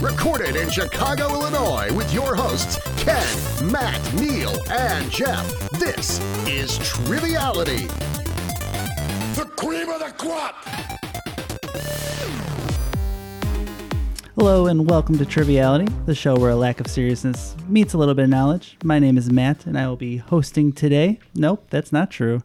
Recorded in Chicago, Illinois, with your hosts, Ken, Matt, Neil, and Jeff. This is Triviality. The cream of the crop! Hello and welcome to Triviality, the show where a lack of seriousness meets a little bit of knowledge. My name is Matt and I will be hosting today. Nope, that's not true.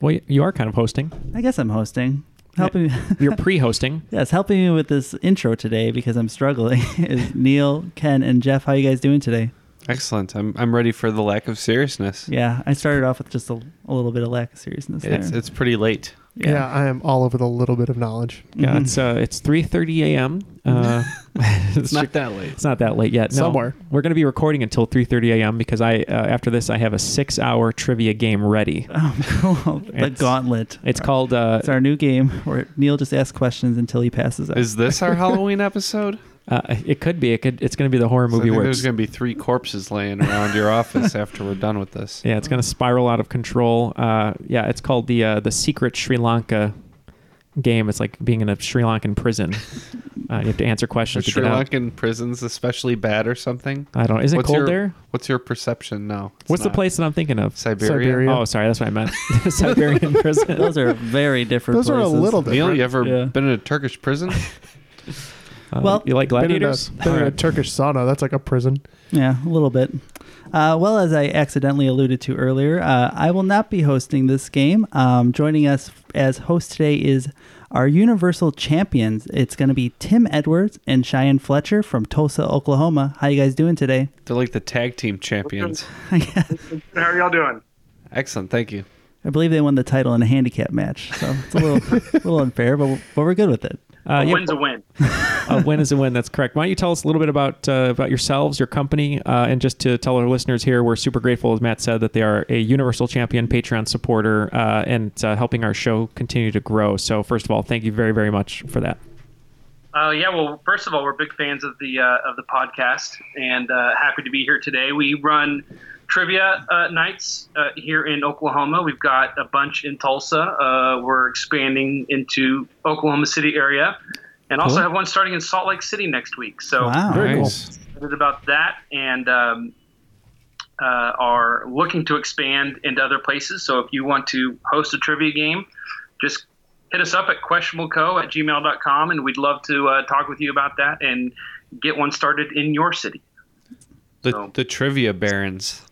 Well, you are kind of hosting. I guess I'm hosting. Helping You're pre-hosting. yes, helping me with this intro today because I'm struggling is Neil, Ken, and Jeff. How you guys doing today? Excellent. I'm I'm ready for the lack of seriousness. Yeah, I started off with just a, a little bit of lack of seriousness. It's there. it's pretty late. Yeah. I am all over the little bit of knowledge. Mm-hmm. Yeah, it's uh, it's 3:30 a.m. Uh, It's not that late. it's not that late yet. No, Somewhere. we're going to be recording until 3:30 a.m. because I uh, after this I have a six-hour trivia game ready. Oh, cool. the It's- gauntlet. It's called uh, It's our new game where Neil just asks questions until he passes out. Is this our Halloween episode? uh, it could be it could it's going to be the horror So I movie think where there's it's- going to be three corpses laying around your office after we're done with this. yeah it's going to spiral out of control. Uh, yeah, it's called the uh, the secret Sri Lanka game. It's like being in a Sri Lankan prison. uh, you have to answer Are questions to Sri get out. Lankan prisons especially bad or something? I don't. Is it What's cold your- there? What's your perception? No. it's What's the not. place that I'm thinking of? Siberia. Siberia. Oh, sorry, that's what I meant. Siberian prison. Those are very different. Those are a places. little bit. Neil, you ever Yeah. been in a Turkish prison? Uh, Well- you like Been in, a, gladiators? been in a Turkish sauna. That's like a prison. Yeah, a little bit. Uh, well, as I accidentally alluded to earlier, uh, I will not be hosting this game. Um, joining us as host today is our Universal champions. It's going to be Tim Edwards and Cheyenne Fletcher from Tulsa, Oklahoma. How you guys doing today? They're like the tag team champions. How are y'all doing? Excellent. Thank you. I believe they won the title in a handicap match, so it's a little, a little unfair, but, but we're good with it. Uh, a yeah, win's a win. a win is a win. That's correct. Why don't you tell us a little bit about uh, about yourselves, your company, uh, and just to tell our listeners here, we're super grateful, as Matt said, that they are a Universal Champion Patreon supporter uh, and uh, helping our show continue to grow. So, first of all, thank you very, very much for that. Uh, yeah, well, first of all, we're big fans of the uh, of the podcast, and uh, happy to be here today. We run trivia uh, nights uh, here in Oklahoma. We've got a bunch in Tulsa. Uh, we're expanding into Oklahoma City area, and also Cool. have one starting in Salt Lake City next week. So Wow. Very cool. nice. excited about that, and um, uh, are looking to expand into other places. So if you want to host a trivia game, just hit us up at questionableco at gmail.com and we'd love to uh, talk with you about that and get one started in your city. The, the trivia barons.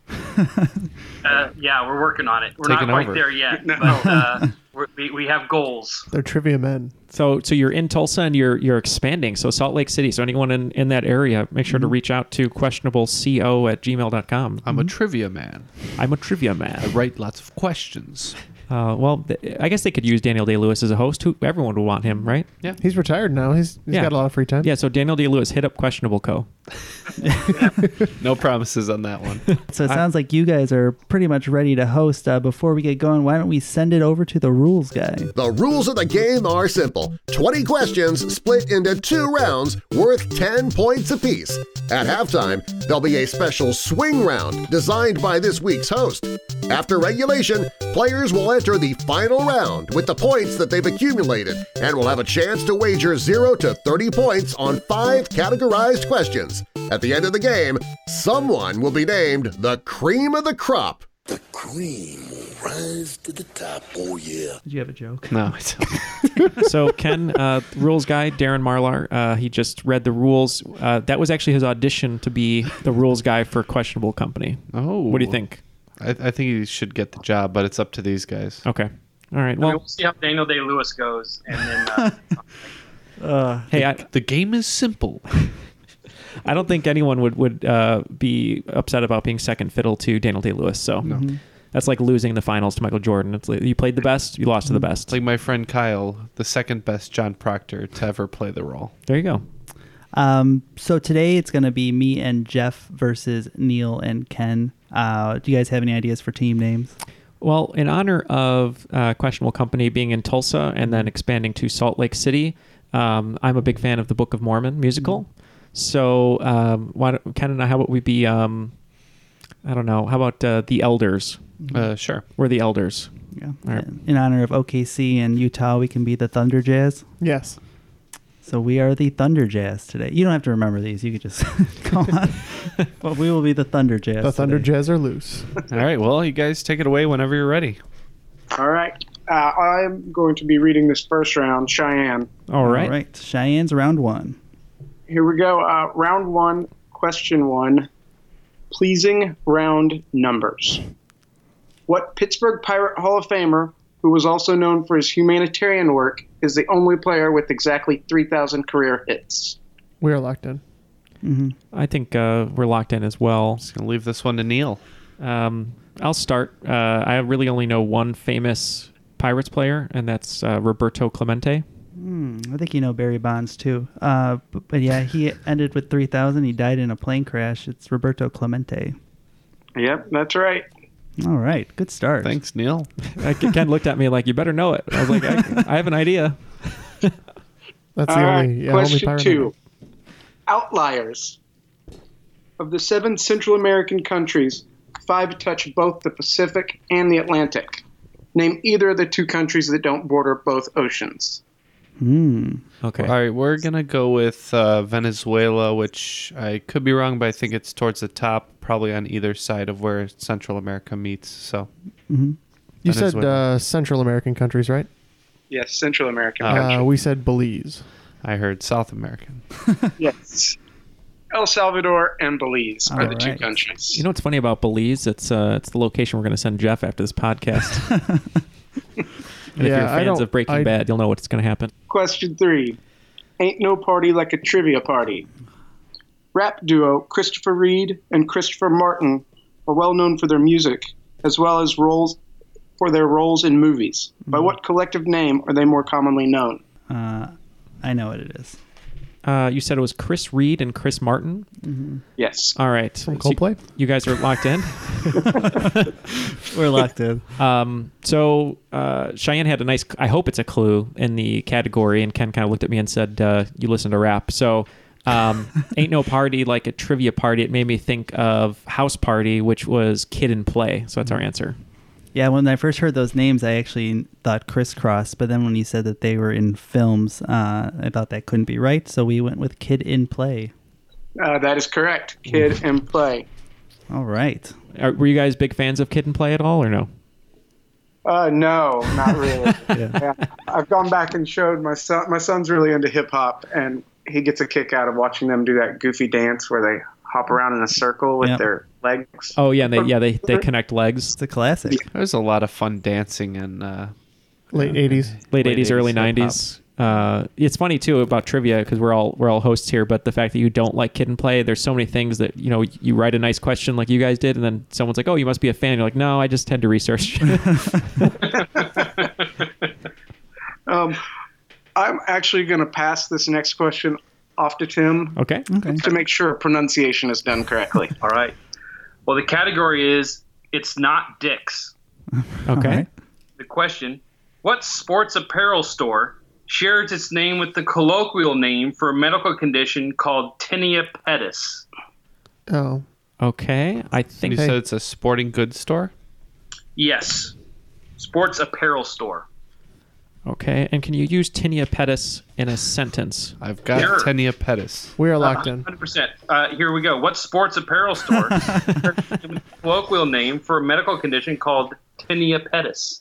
Uh, yeah, we're working on it. We're Taking not quite over. there yet, but uh, we're, we, we have goals. They're trivia men. So, so you're in Tulsa and you're you're expanding. So, Salt Lake City. So, anyone in, in that area, make sure to Mm-hmm. reach out to questionableco at gmail.com. I'm a trivia man. I'm a trivia man. I write lots of questions. Uh, well, th- I guess they could use Daniel Day Lewis as a host. Who everyone would want him, right? He's retired now. He's he's Yeah. got a lot of free time. Yeah. So Daniel Day Lewis hit up Questionable Co. No promises on that one. So it sounds like you guys are pretty much ready to host. Uh, before we get going, why don't we send it over to the rules guy? The rules of the game are simple 20 questions split into two rounds worth 10 points apiece. At halftime, there'll be a special swing round designed by this week's host. After regulation, players will enter the final round with the points that they've accumulated and will have a chance to wager 0 to 30 points on five categorized questions. At the end of the game, someone will be named the cream of the crop. The cream Rise to the top. Oh, yeah. Did you have a joke? No, it's so Ken, uh, rules guy Darren Marlar, uh, he just read the rules. Uh, that was actually his audition to be the rules guy for Questionable Company. Oh, what do you think? I, I think he should get the job, but it's up to these guys. Okay. All right. Well, we'll see how Daniel Day Lewis goes, and then uh, Uh, hey, I, the game is simple. I don't think anyone would would uh, be upset about being second fiddle to Daniel Day Lewis. So Mhm. that's like losing the finals to Michael Jordan. It's like, you played the best, you lost to the best. Like my friend Kyle, the second best John Proctor to ever play the role. There you go. Um, so today it's going to be me and Jeff versus Neil and Ken. Uh, do you guys have any ideas for team names? Well, in honor of uh, Questionable Company being in Tulsa and then expanding to Salt Lake City, um, I'm a big fan of the Book of Mormon musical. So, um, why don't, Ken and I, how about we be, um, I don't know, how about uh, the Elders? Uh, sure. We're the Elders. Yeah. All right. In honor of OKC and Utah, we can be the Thunder Jazz. Yes. So we are the Thunder Jazz today. You don't have to remember these. You could just go on. but we will be the Thunder Jazz. the Thunder today. Jazz are loose. All right. Well, you guys take it away whenever you're ready. All right. Uh, I'm going to be reading this first round, Cheyenne. All right. All right. Cheyenne's round one. Here we go. Uh, round one, question one. Pleasing round numbers. What Pittsburgh Pirate Hall of Famer, who was also known for his humanitarian work, is the only player with exactly 3,000 career hits? We are locked in. I think uh, we're locked in as well. Just gonna leave this one to Neil. Um, I'll start. Uh, I really only know one famous Pirates player, and that's uh, Roberto Clemente. Hmm, I think you know Barry Bonds too. Uh, but, but yeah, he ended with 3,000. He died in a plane crash. It's Roberto Clemente. Yep, that's right. All right. Good start. Thanks, Neil. Uh, Ken looked at me like, "You better know it." I was like, "I, I have an idea." That's All the right, only, yeah, only Uh, question pirate I two. Outliers. Of the seven Central American countries, five touch both the Pacific and the Atlantic. Name either of the two countries that don't border both oceans. Okay. Hmm. All right, we're gonna go with uh, Venezuela, which I could be wrong, but I think it's towards the top, probably on either side of where Central America meets. So Mhm. You said Venezuela. uh, Central American countries, right? Yes, Central American Uh, we said Belize. I heard South American. yes. El Salvador and Belize are the two Alright. countries. You know what's funny about Belize? It's uh, it's the location we're going to send Jeff after this podcast. and Yeah, if I you're fans don't- of Breaking I- Bad, you'll know what's going to happen. Question three. Ain't no party like a trivia party. Rap duo Christopher Reed and Christopher Martin are well known for their music, as well as roles for their roles in movies. By what collective name are they more commonly known? Uh, I know what it is. Uh, you said it was Chris Reed and Chris Martin. Mm-hmm. Yes. All right. From So you- Coldplay? You, guys are locked in. We're locked in. Um, so uh, Cheyenne had a nice. I hope it's a clue in the category, and Ken kind of looked at me and said, uh, "You listen to rap." So. Um, ain't no party like a trivia party. It made me think of House Party, which was Kid and Play. So that's Mm-hmm. our answer. Yeah, when I first heard those names, I actually thought crisscross, but then when you said that they were in films, uh, I thought that couldn't be right, so we went with Kid in Play. Uh, that is correct. Kid and Play. All right. Are, were you guys big fans of Kid and Play at all, or no? Uh, no, not really. yeah. I've gone back and showed my son. My son's really into hip hop, and he gets a kick out of watching them do that goofy dance where they hop around in a circle with Yep. their legs. Oh yeah, and they yeah they, they connect legs. It's a classic. There's a lot of fun dancing in uh, Late 80s. Late eighties, early hip-hop. nineties. Uh, it's funny too about trivia because we're all we're all hosts here, but the fact that you don't like Kid and Play, there's so many things that you know you write a nice question like you guys did, and then someone's like, "Oh, you must be a fan." You're like, "No, I just had to research." Um, I'm actually going to pass this next question off to Tim. Okay. Okay. To make sure pronunciation is done correctly. All right. Well, the category is it's not dicks. okay. The question: What sports apparel store shares its name with the colloquial name for a medical condition called tinea pedis? Oh. Okay. I think you said it's a sporting goods store. Yes. Sports apparel store. Okay, and can you use tinea pedis in a sentence? I've got Sure. tinea pedis. We are locked in. 100%. Uh, here we go. What sports apparel store? colloquial name for a medical condition called tinea pedis.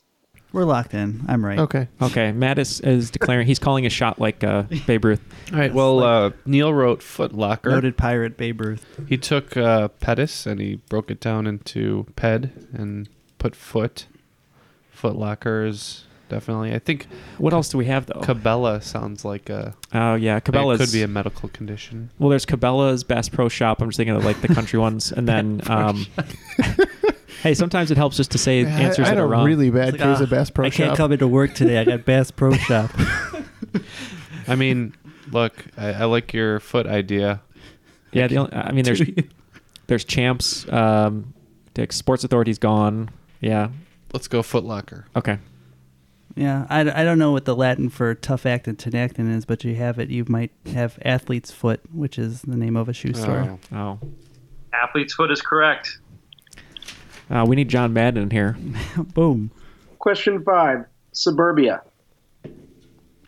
We're locked in. I'm right. Okay. Okay. Mattis is declaring he's calling a shot like uh, Babe Ruth. All right. Well, uh, Neil wrote Foot Locker. Noted pirate Babe Ruth. He took uh, pedis and he broke it down into ped and put foot. Foot Lockers, definitely. I think. What else do we have though? Cabela sounds like a. Oh yeah, like it Cabela's could be a medical condition. Well, there's Cabela's, Bass Pro Shop. I'm just thinking of like the country ones, and then. Um, hey, sometimes it helps just to say Yeah, I- answers I had that are a wrong. really bad It's like, case of "Ah, Bass Pro I can't Shop." come into work today. I got Bass Pro Shop. I mean, look, I, I like your foot idea. Yeah, the only, I mean, there's there's champs. Um, Dick Sports Authority's gone. Yeah. Let's go Foot Locker. Okay. Yeah, I, I don't know what the Latin for tough actin tenactin is, but you have it. You might have athlete's foot, which is the name of a shoe store. Oh. Athlete's foot is correct. Uh, we need John Madden here. Boom. Question five Suburbia.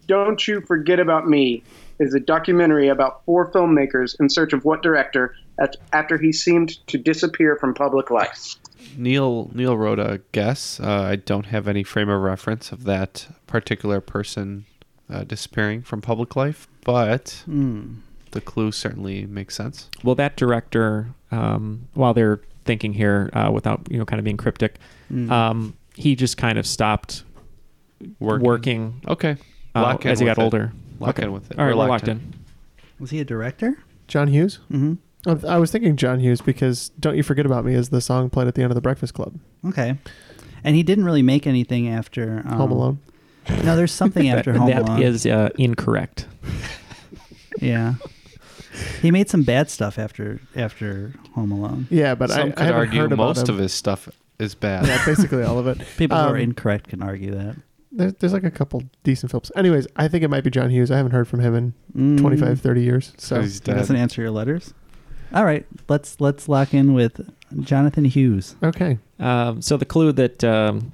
Don't You Forget About Me is a documentary about four filmmakers in search of what director at, after he seemed to disappear from public life. Neil Neil wrote a guess. Uh, I don't have any frame of reference of that particular person uh, disappearing from public life, but Hmm. the clue certainly makes sense. Well, that director, um, while they're thinking here, uh, without you know, kind of being cryptic, Mm. um, he just kind of stopped Working. working, Okay. uh, Lock in as he with got it. older. Lock Okay. in with it. All right, We're we're locked locked in. in. Was he a director? John Hughes? Mhm. Mm-hmm. I was thinking John Hughes because Don't You Forget About Me is the song played at the end of The Breakfast Club. Okay. And he didn't really make anything after um, Home Alone. No, there's something after Home Alone. That is uh, incorrect. Yeah. He made some bad stuff after after Home Alone. Yeah, but I- Some I, could haven't argue heard about most him. of his stuff is bad. Yeah, basically all of it. People who Um, are incorrect can argue that. There's, there's like a couple decent films. Anyways, I think it might be John Hughes. I haven't heard from him in Mm. twenty five, thirty 25, 30 years. So He's He doesn't dead. answer your letters. All right, let's let's lock in with Jonathan Hughes. Okay. Um, so the clue that um,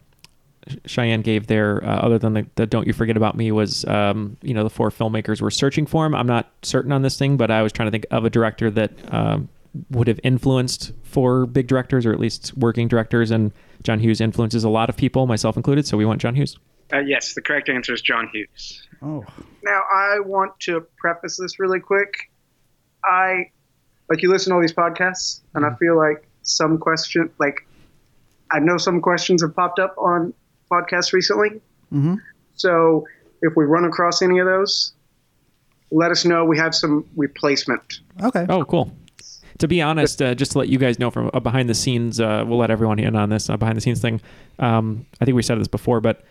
Sh- Cheyenne gave there, uh, other than the, the "Don't You Forget About Me," was um, you know the four filmmakers were searching for him. I'm not certain on this thing, but I was trying to think of a director that um, would have influenced four big directors, or at least working directors. And John Hughes influences a lot of people, myself included. So we want John Hughes. Uh, yes, the correct answer is John Hughes. Oh. Now, I want to preface this really quick. I, like, you listen to all these podcasts, and I feel like some question, like, I know some questions have popped up on podcasts recently. Mm-hmm. So if we run across any of those, let us know. We have some replacement. Okay. Oh, cool. To be honest, uh, just to let you guys know from a behind the scenes, uh, we'll let everyone in on this uh, behind the scenes thing. Um, I think we said this before, but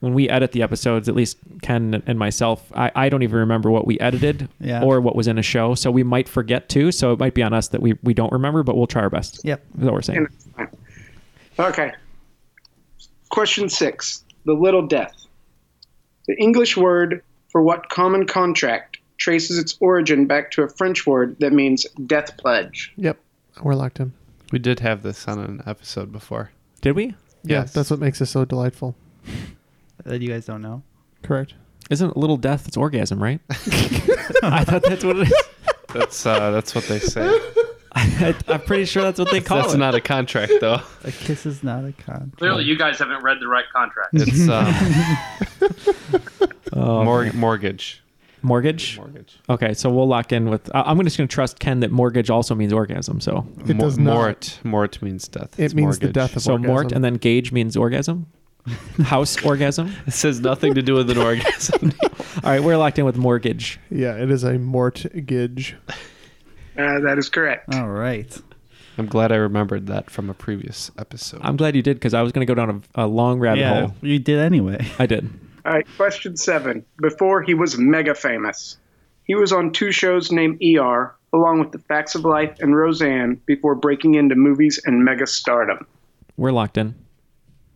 when we edit the episodes, at least Ken and myself, I, I don't even remember what we edited Yeah. or what was in a show. So we might forget too. So it might be on us that we, we don't remember, but we'll try our best. Yep. Is what we're saying. Okay. Question six The Little Death. The English word for what common contract traces its origin back to a French word that means death pledge? Yep, we're locked in. We did have this on an episode before. Did we? Yeah, Yes. that's what makes this so delightful. That you guys don't know. Correct. Isn't little death? It's orgasm, right? I thought that's what it is. That's uh, that's what they say. I, I'm pretty sure that's what they call that's it. not a contract though. A kiss is not a con. Clearly, you guys haven't read the right contract. It's uh, mor- mortgage. Oh, mortgage. Mortgage. Okay, so we'll lock in with. I- I'm just going to trust Ken that mortgage also means orgasm. So It Mo- does not. Mort. Mort means death. It It's means the mortgage. death of- so mort orgasm. and then gauge means orgasm. House orgasm. It says nothing to do with an orgasm. All right, we're locked in with mortgage. Yeah, it is a mortgage. Uh, that is correct. All right. I'm glad I remembered that from a previous episode. I'm glad you did because I was going to go down a, a long rabbit hole. you did anyway. I did. All right, question seven. Before he was mega famous, he was on two shows named ER, along with The Facts of Life and Roseanne, before breaking into movies and mega stardom. We're locked in.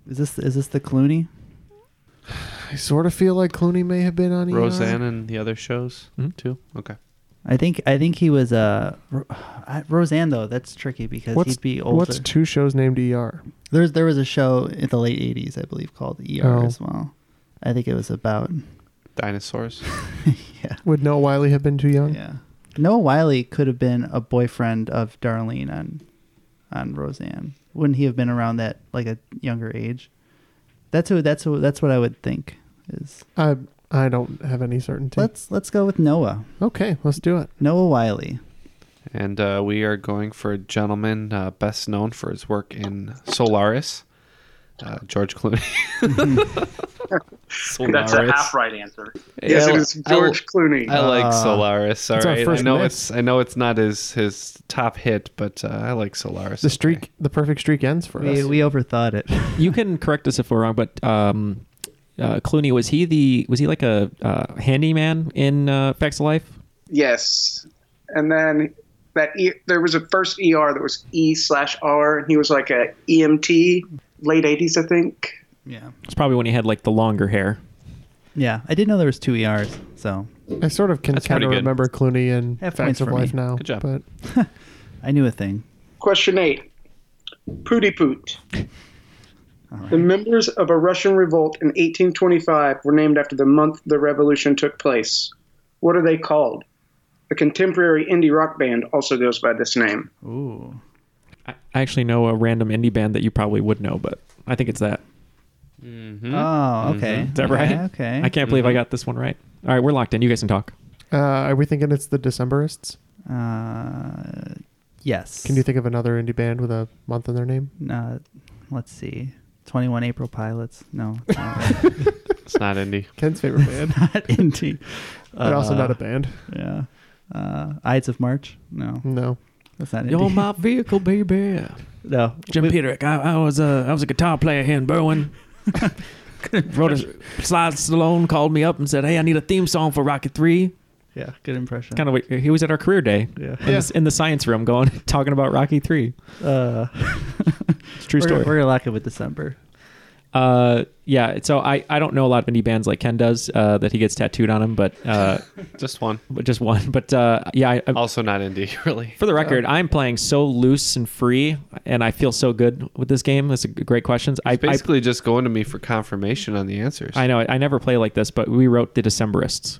Is this is this the Clooney? I sort of feel like Clooney may have been on ER. Roseanne and the other shows Hmm? too. Okay. I think I think he was uh, Ro- I- Roseanne though. That's tricky because What's, he'd be older. what's two shows named ER? There's there was a show in the late '80s, I believe, called ER Oh. as well. I think it was about dinosaurs. Would Noah Wiley have been too young? Yeah. Noah Wiley could have been a boyfriend of Darlene on on Roseanne. Wouldn't he have been around that like a younger age? That's who. That's who. That's what I would think is. I I don't have any certainty. Let's let's go with Noah. Okay, let's do it. Noah Wiley. And uh, we are going for a gentleman uh, best known for his work in Solaris, uh, George Clooney. That's a half right answer. Yeah, I- George I, Clooney. Ah. I like Uh, Solaris. All it's our right, I first know it's miss. I know it's not his his top hit, but uh, I like Solaris. The streak, the perfect streak ends for us. overthought it. you can correct us if we're wrong, but um, uh, Clooney was he the was he like a uh, handyman in uh, Facts of Life? Yes, and then that e- there was a first ER that was E slash R, and he was like a EMT, late eighties, I think. It's probably when he had like the longer hair. Yeah, I didn't know there was two ERs. So I sort of can That's kind of pretty good. remember Clooney and Half points Facts of for Life me. now. Good job. But I knew a thing. Question eight: Pooty Poot. The members of a Russian revolt in 1825 were named after the month the revolution took place. What are they called? A contemporary indie rock band also goes by this name. Ooh. I actually know a random indie band that you probably would know, but I think it's that. Mm-hmm. Uh, Oh, okay. Mm-hmm. Is that Okay, right? okay. I can't believe I got this one right. All right, we're locked in. You guys can talk. uh, are we thinking it's the Decemberists? Uh, yes. Can you think of another indie band with a month in their name? Uh, let's see. Twenty One April Pilots. No. it's not right. It's not indie. Ken's favorite band. not indie. But also not a Uh, band. Yeah. Uh, Ides of March? No. No. That's not indie. You're my vehicle, baby. no. Jim Peterick. I, I was a I was a guitar player here in Berwyn. Wrote a Slide Stallone called me up and said, "Hey, I need a theme song for Rocket 3. Yeah, good impression. Kind of what he was at our career day. Yeah. In, The, in the science room, going talking about Rocky Three. Uh, It's a true we're- story. We're gonna lock it with December. Uh, yeah. So I, I don't know a lot of indie bands like Ken does uh, that he gets tattooed on him, but uh, Just one. but just one. But uh, yeah, I, I, Also not indie, really. for the record, I'm playing so loose and free, and I feel so good with this game. That's a g- great questions. I, I Basically, just going to me for confirmation on the answers. I know I never play like this, but we wrote the Decemberists.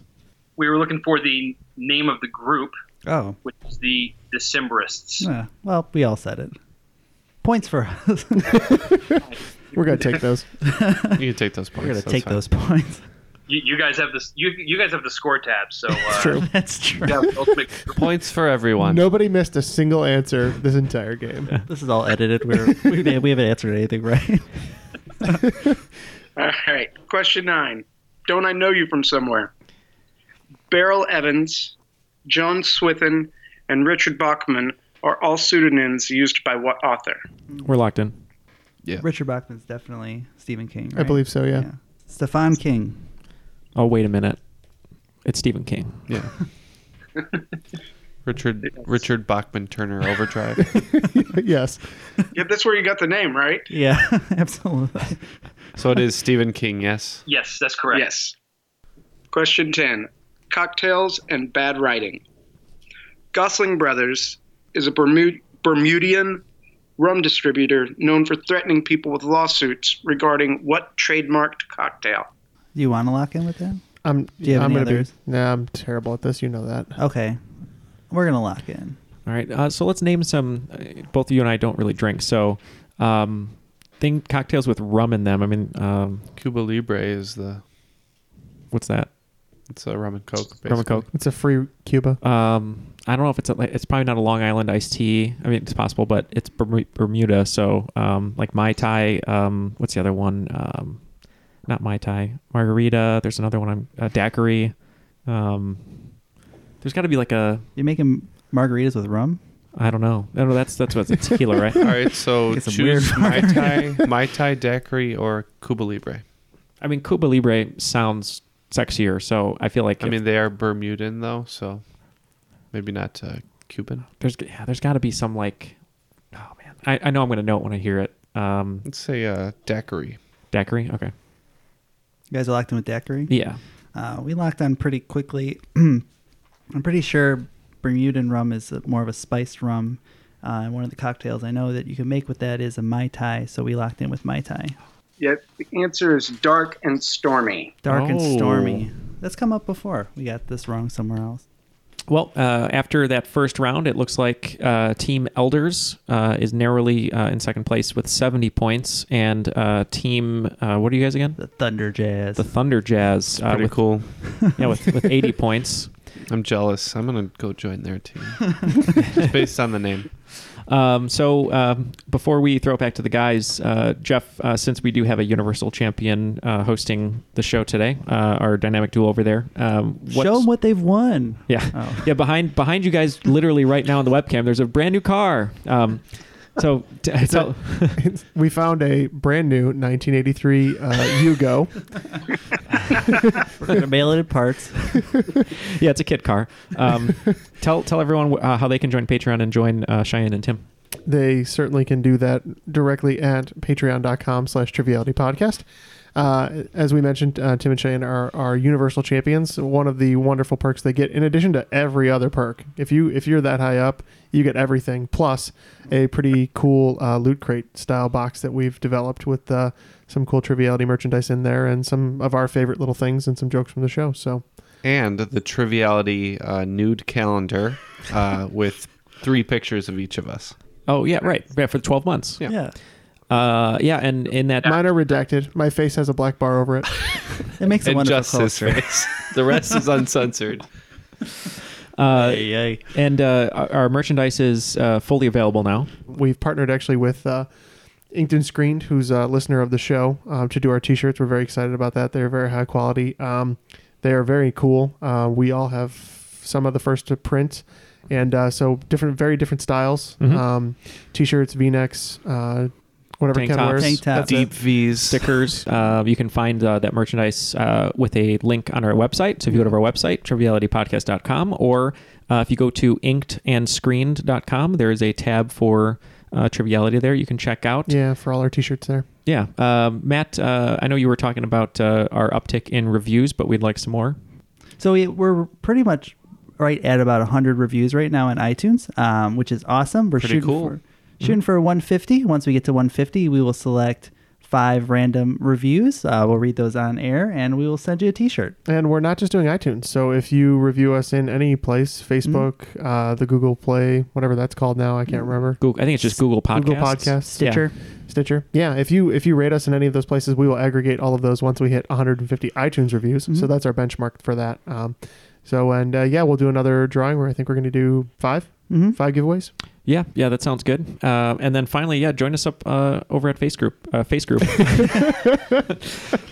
We were looking for the name of the group, Oh. which is the Decemberists. Yeah. Well, we all said it. Points for us. We're gonna take those. You can take those points. we're gonna that's take fine. those points. You, you guys have this. You you guys have the score tab, so uh, That's true. you have the ultimate group. points for everyone. Nobody missed a single answer this entire game. This is all edited. We're, we we haven't answered anything, right? All right. Question nine. Don't I know you from somewhere? Beryl Evans, John Swithin, and Richard Bachman are all pseudonyms used by what author? We're locked in. Richard Bachman's definitely Stephen King. I believe so. Yeah. Stefan King. Oh wait a minute, it's Stephen King. Yeah. Richard Richard Bachman Turner Overdrive. yes. Yeah, that's where you got the name, right? Yeah, absolutely. so it is Stephen King. Yes. Yes, that's correct. Yes. Question 10 Cocktails and Bad Writing. Gosling Brothers is a Bermu- Bermudian rum distributor known for threatening people with lawsuits regarding what trademarked cocktail? Do you want to lock in with that? I'm. you have I'm any gonna others? be. Nah, I'm terrible at this. You know that. Okay, we're gonna lock in. All right. Uh, so let's name some. Uh, both you and I don't really drink, so um, thing cocktails with rum in them. I mean, um, Cuba Libre is the what's that? it's a rum and coke. Basically. Rum and coke. It's a free Cuba. Um, I don't know if it's a, like it's probably not a Long Island iced tea. I mean, it's possible, but it's Bermu- Bermuda. So um, like Mai Tai. Um, what's the other one? Um, not Mai Tai. Margarita. There's another one. I'm uh, daiquiri. Um, there's got to be like a You're making margaritas with rum. I don't know. No, no, that's that's what's a tequila, right? All right, so Get some choose weird- Mai Tai, Mai Tai Daiquiri, or Cuba Libre. I mean, Cuba Libre sounds sexier, so I feel like I if- mean, they are Bermudan though, so maybe not uh, Cuban. there's yeah, there's got to be some like, oh man, I, I know I'm gonna know it when I hear it. Um, Let's say uh, daiquiri. daiquiri, okay, You guys are locked in with daiquiri. yeah, Uh, we locked on pretty quickly. I'm pretty sure Bermudan rum is a, more of a spiced rum. Uh, and one of the cocktails I know that you can make with that is a mai tai. So we locked in with mai tai. Yeah, the answer is dark and stormy. Dark and Oh. stormy. That's come up before. We got this wrong somewhere else. Well, uh, after that first round, it looks like uh, Team Elders uh, is narrowly uh, in second place with 70 points, and uh, Team uh, what are you guys again? The Thunder Jazz. The Thunder Jazz. Uh, pretty with, cool. Yeah, with, with 80 points. I'm jealous. I'm gonna go join their team just based on the name. Um, so um, before we throw it back to the guys, uh, Jeff, uh, since we do have a Universal Champion uh, hosting the show today, uh, our dynamic duel over there, um, what's- Show them what they've won. yeah, yeah. Behind behind you guys, literally right now on the webcam, there's a brand new car. Um, so t- tell, we found a brand new 1983 uh, Yugo. We're gonna mail it in parts. yeah, it's a kit car. Um, tell tell everyone uh, how they can join Patreon and join uh, Cheyenne and Tim. they certainly can do that directly at patreon.com slash triviality podcast uh, as we mentioned uh, tim and shane are, are universal champions one of the wonderful perks they get in addition to every other perk if you if you're that high up you get everything plus a pretty cool uh, loot crate style box that we've developed with uh, some cool triviality merchandise in there and some of our favorite little things and some jokes from the show so and the triviality uh, nude calendar uh, with three pictures of each of us. Oh yeah, right. Yeah, for 12 months. Yeah. Yeah. Uh, yeah, and in that mine are redacted my face has a black bar over it It makes a and wonderful just his culture. face. The rest is uncensored. Uh, And uh, our- our merchandise is uh, fully available now. we've partnered actually with uh, Inked and Screened, who's a listener of the show, um, to do our T-shirts. We're very excited about that. They're very high quality. Um, they are very cool. Uh, we all have some of the first to print, and uh, so different, very different styles. Mhm. Um, T-shirts, V-necks, uh, whatever Tank Ken tops, wears. Tank tops. That's it. Deep V's. Stickers. Uh, you can find uh, that merchandise uh, with a link on our website. So if you go to our website, trivialitypodcast.com, or uh, if you go to inkedandscreened.com, there is a tab for uh, triviality there you can check out. Yeah, for all our T-shirts there. Yeah. Um Matt, uh, I know you were talking about uh, our uptick in reviews, but we'd like some more. So we, we're pretty much right at about 100 reviews right now on iTunes, um, which is awesome. We're Pretty shooting cool. Mm-hmm. for shooting for 150. Once we get to 150, we will select five random reviews. Uh, we'll read those on air, and we will send you a T-shirt. And we're not just doing iTunes. So if you review us in any place, Mm-hmm. Facebook, uh, the Google Play, whatever that's called now, I can't remember. Google, I think it's just Google Podcasts. Google Podcasts, Stitcher. yeah. Stitcher. Yeah, if you if you rate us in any of those places, we will aggregate all of those once we hit 150 iTunes reviews. Mm-hmm. So that's our benchmark for that. Um, so and uh, yeah, we'll do another drawing where I think we're going to do 5 Mm-hmm. five giveaways. Yeah, yeah, that sounds good. Um, and then finally, yeah, join us up uh, over at Face Group. Uh, Face Group.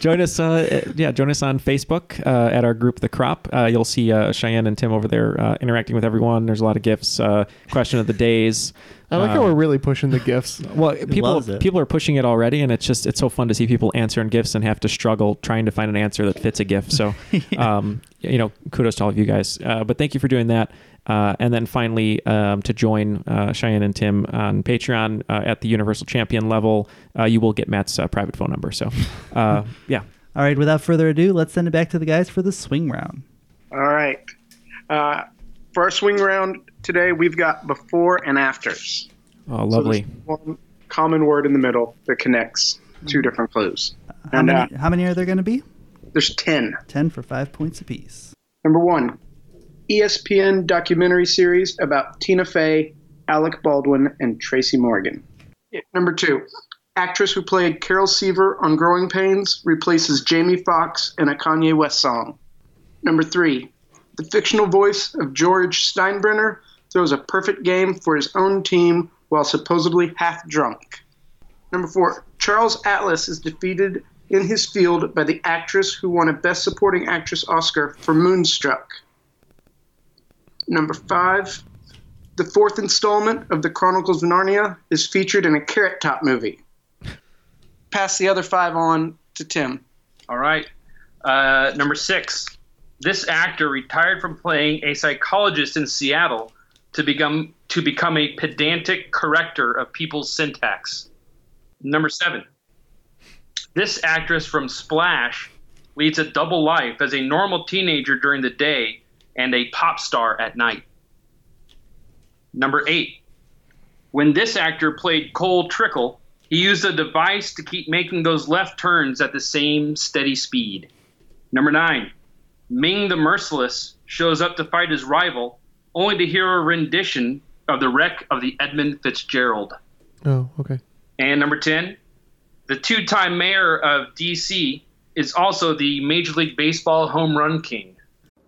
join us. Uh, uh, yeah, join us on Facebook uh, at our group, The Crop. Uh, you'll see uh, Cheyenne and Tim over there uh, interacting with everyone. There's a lot of gifts. Uh, question of the days. I like Uh, how we're really pushing the gifts. well, people loves it. people are pushing it already, and it's just it's so fun to see people answering gifts and have to struggle trying to find an answer that fits a gift. So, um, you know, kudos to all of you guys. Uh, but thank you for doing that. Uh, and then finally, um, to join uh, Cheyenne and Tim on Patreon uh, at the Universal Champion level, uh, you will get Matt's uh, private phone number. So, uh, yeah. All right. Without further ado, let's send it back to the guys for the swing round. Oh. All right. Uh, for our swing round today, we've got before and afters. Oh, lovely. One common word in the middle that connects two different clues. How And, many? uh, How many are there going to be? There's 10. Ten for five points apiece. Number one, E ESPN documentary series about Tina Fey, Alec Baldwin, and Tracy Morgan. Number two, actress who played Carol Seaver on Growing Pains replaces Jamie Foxx in a Kanye West song. Number three, the fictional voice of George Steinbrenner throws a perfect game for his own team while supposedly half drunk. Number four, Charles Atlas is defeated in his field by the actress who won a Best Supporting Actress Oscar for Moonstruck. Number five, the fourth installment of the Chronicles of Narnia is featured in a Carrot Top movie. Pass the other five on to Tim. All right. Uh, number six. This actor retired from playing a psychologist in Seattle to become to become a pedantic corrector of people's syntax. Number seven. This actress from Splash leads a double life as a normal teenager during the day and a pop star at night. Number eight. When this actor played Cole Trickle He used a device to keep making those left turns at the same steady speed. Number nine, Ming the Merciless shows up to fight his rival, only to hear a rendition of the wreck of the Edmund Fitzgerald. Oh, okay. And number 10, the two time mayor of D.C. is also the Major League Baseball home run king.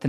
The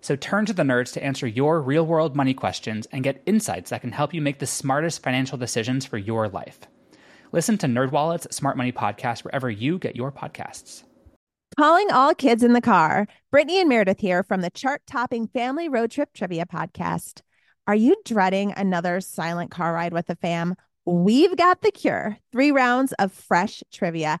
So turn to the nerds to answer your real world money questions and get insights that can help you make the smartest financial decisions for your life. Listen to NerdWallet's Smart Money Podcast wherever you get your podcasts. Calling all kids in the car. Brittany and Meredith here from the chart topping Family Road Trip Trivia Podcast. Are you dreading another silent car ride with the fam? We've got the cure. Three rounds of fresh trivia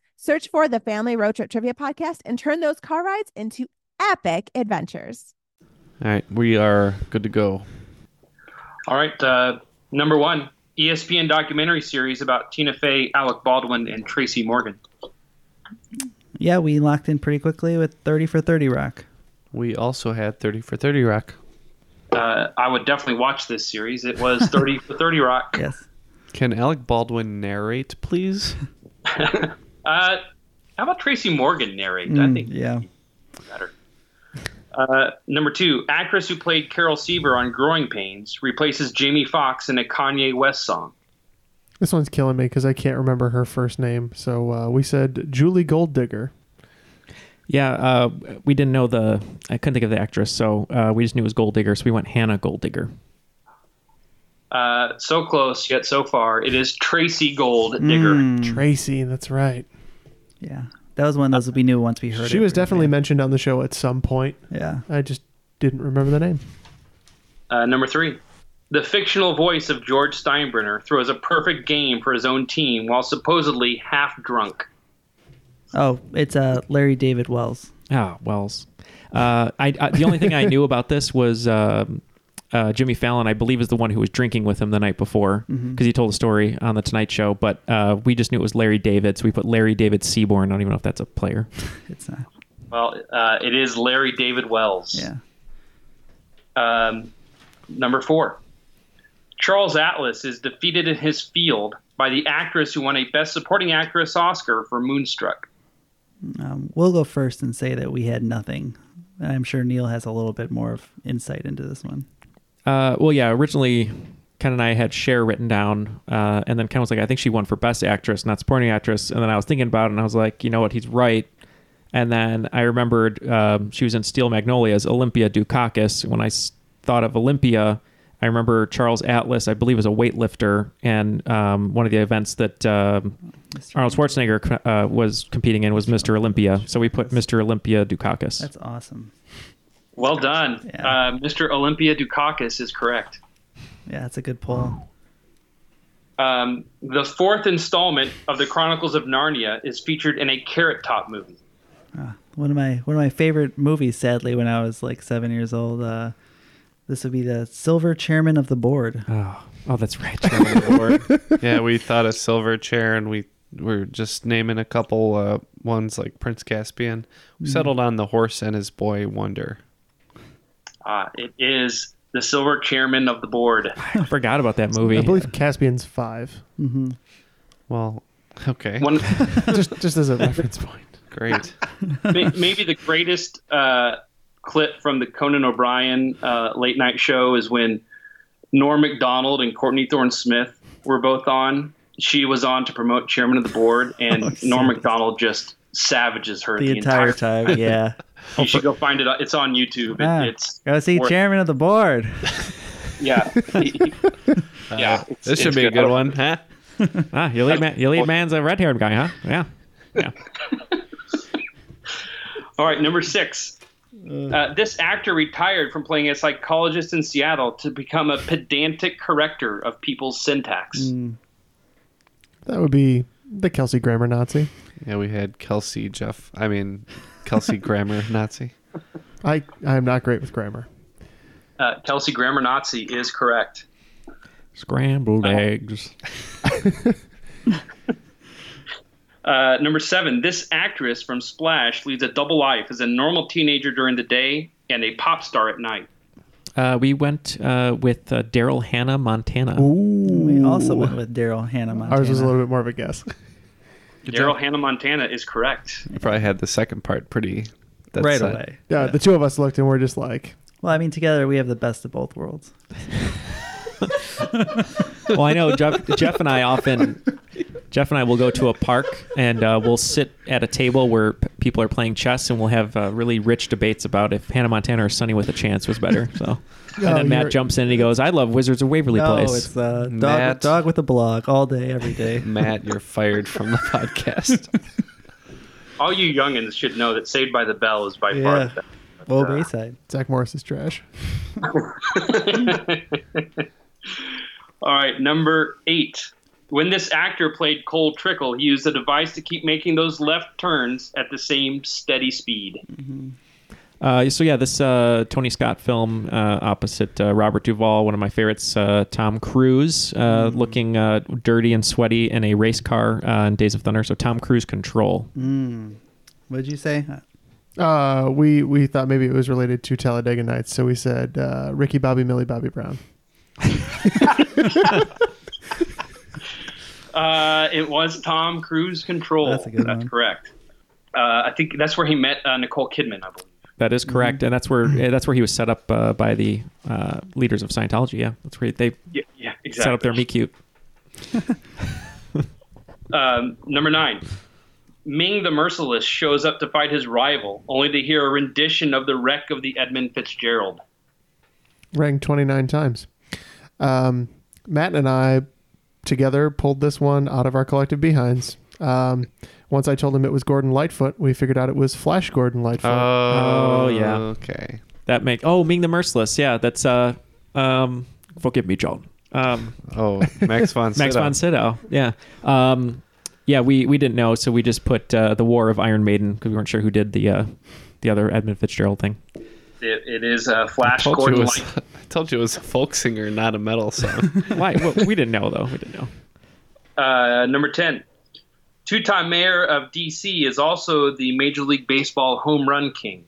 Search for the Family Road Trip Trivia Podcast and turn those car rides into epic adventures. All right, we are good to go. All right, uh, number one E ESPN documentary series about Tina Fey, Alec Baldwin, and Tracy Morgan. Yeah, we locked in pretty quickly with 30 for 30 Rock. We also had 30 for 30 Rock. Uh, I would definitely watch this series. It was 30 for 30 Rock. Yes. Can Alec Baldwin narrate, please? uh, how about Tracy Morgan narrate? I Hmm. Mm, think yeah. better. Uh, number two, actress who played Carol Seaver on Growing Pains replaces Jamie Foxx in a Kanye West song. This one's killing me because I can't remember her first name. So uh, we said Julie Golddigger. Yeah, uh, we didn't know the. I couldn't think of the actress, so uh, we just knew it was Gold Digger. So we went Hannah Gold Digger. Uh, so close yet so far. It is Tracy Gold Hmm. Digger. Tracy, that's right. Hmm. Yeah. That was one of those we knew once we heard She it. was definitely mentioned on the show at some point. Yeah. I just didn't remember the name. Uh, number three, the fictional voice of George Steinbrenner throws a perfect game for his own team while supposedly half drunk. Oh, it's uh, Larry David Wells. Ah, Wells. Uh, I, I the only thing I knew about this was um uh, Jimmy Fallon. I believe is the one who was drinking with him the night before because Mhm. he told a story on the Tonight Show. But uh, we just knew it was Larry David, so we put Larry David Seaborn. I don't even know if that's a player. it's not. Well, uh, it is Larry David Wells. Yeah. Um, number four, Charles Atlas is defeated in his field by the actress who won a Best Supporting Actress Oscar for Moonstruck. Um, we'll go first and say that we had nothing. I'm sure Neil has a little bit more of insight into this one. Uh, well, yeah. Originally, Ken and I had Cher written down, uh, and then Ken was like, "I think she won for Best Actress, not Supporting Actress." And then I was thinking about it, and I was like, "You know what? He's right." And then I remembered um, she was in Steel Magnolias, Olympia Dukakis. When I s- thought of Olympia, I remember Charles Atlas, I believe, was a weightlifter, and um, one of the events that um, Arnold Schwarzenegger uh, was competing in was Mr. Olympia. So we put Mr. Olympia Dukakis. That's awesome. Well done. Uh, Mr. Olympia Dukakis is correct. Yeah, that's a good poll. Um, the fourth installment of the Chronicles of Narnia is featured in a Carrot Top movie. Uh, One of my one of my favorite movies, sadly, when I was like seven years old. Uh, this would be the Silver Chairman of the Board. Oh, oh, that's right. yeah, we thought of Silver Chair, and we were just naming a couple uh, ones like Prince Caspian. We Mm. settled on the horse and his boy Wonder. Uh, it is the silver chairman of the board. I forgot about that movie. I believe Caspian's 5 Mm-hmm. Well, okay. One- just just as a reference point. Great. May- Maybe the greatest uh, clip from the Conan O'Brien uh, late night show is when Norm McDonald and Courtney Thorne Smith were both on. She was on to promote chairman of the board, and Norm McDonald just savages her Oh, The, entire, time, yeah. You should go find it. It's on YouTube. It, Ah, It's go see worth- chairman of the board. Yeah, yeah. it's- this should it's be a good one, huh? ah, your lead, man, your lead man's a red-haired guy, huh? Yeah. All right, number six. Uh, this actor retired from playing a psychologist in Seattle to become a pedantic corrector of people's syntax. Mm. That would be the Kelsey Grammar Nazi. Yeah, we had Kelsey Jeff. I mean, Kelsey Grammar Nazi. I I am not great with grammar. Uh, Kelsey Grammar Nazi is correct. Scrambled eggs. Uh, number seven. This actress from Splash leads a double life as a normal teenager during the day and a pop star at night. Uh, we went uh, with uh, Daryl Hannah Montana. We also went with Daryl Hannah Montana. Ours was a little bit more of a guess. Daryl Hannah Montana is correct. You probably had the second part pretty. That's Right uh, away. Yeah, the two of us looked and we're just like, Well, I mean, together we have the best of both worlds. well, I know Jeff, Jeff and I often Jeff and I will go to a park and uh, we'll sit at a table where p- people are playing chess and we'll have uh, really rich debates about if Hannah Montana or Sunny with a Chance was better. So, and No, then Matt Oh, you're- jumps in and he goes, "I love Wizards of Waverly no, Place." it's uh, dog, Matt. dog with a blog all day, every day. Matt, you're fired from the podcast. All you youngins should know that Saved by the Bell is by far the yeah. best. Well, Bayside. Zach Morris is trash. All right, number eight. When this actor played Cole Trickle, he used a device to keep making those left turns at the same steady speed. Mm-hmm. Uh, so yeah, this uh, Tony Scott film uh, opposite uh, Robert Duvall, one of my favorites. Uh, Tom Cruise, uh, Mm. looking uh, dirty and sweaty in a race car uh, in Days of Thunder. So Tom Cruise Control. Mm. What'd you say? Uh, we we thought maybe it was related to Talladega Nights, so we said uh, Ricky Bobby Millie Bobby Brown. Uh, it was Tom Cruise Control. That's, good one. correct. Uh, I think that's where he met uh, Nicole Kidman, I believe. That Mm-hmm. is correct, and that's where eh, that's where he was set up uh, by the uh, leaders of Scientology. Yeah, that's where they Yeah, yeah set up their meet cute. Um, number nine. Ming the Merciless shows up to fight his rival, only to hear a rendition of the wreck of the Edmund Fitzgerald. Rang 29 times. Um, Matt and I together pulled this one out of our collective behinds. Um, once I told him it was Gordon Lightfoot, we figured out it was Flash Gordon Lightfoot. Oh, yeah. Uh, Okay. That make oh Ming the Merciless. Yeah, that's uh um forgive me, John. Um oh Max von Max Sydow. von Sydow. Yeah. Um yeah, we we didn't know, so we just put uh, the War of Iron Maiden because we weren't sure who did the uh, the other Edmund Fitzgerald thing. It, it is uh, Flash told you Gordon it was- Lightfoot. I told you it was a folk singer, not a metal song. Why? Well, we didn't know though. We didn't know. Uh, number 10. Two time mayor of D.C. is also the Major League Baseball home run king.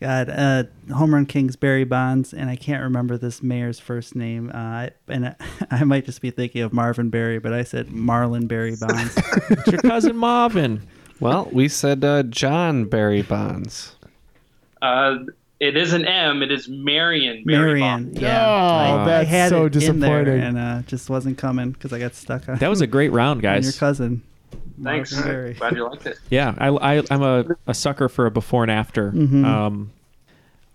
God, uh, Home Run Kings Barry Bonds, and I can't remember this mayor's first name. Uh, and I, I might just be thinking of Marvin Barry, but I said Marlon Barry Bonds. It's your cousin Marvin. Well, we said uh, John Barry Bonds. Uh, it is an M. It is Marion. Barry Marion, Bonds. yeah. I- I Oh, that's had so it in there disappointing. and uh, just wasn't coming because I got stuck on. That was a great round, on guys. your cousin. Thanks. Marvin Barry. Glad you liked it. Yeah, I, I, I'm a, a sucker for a before and after. Mhm. Um,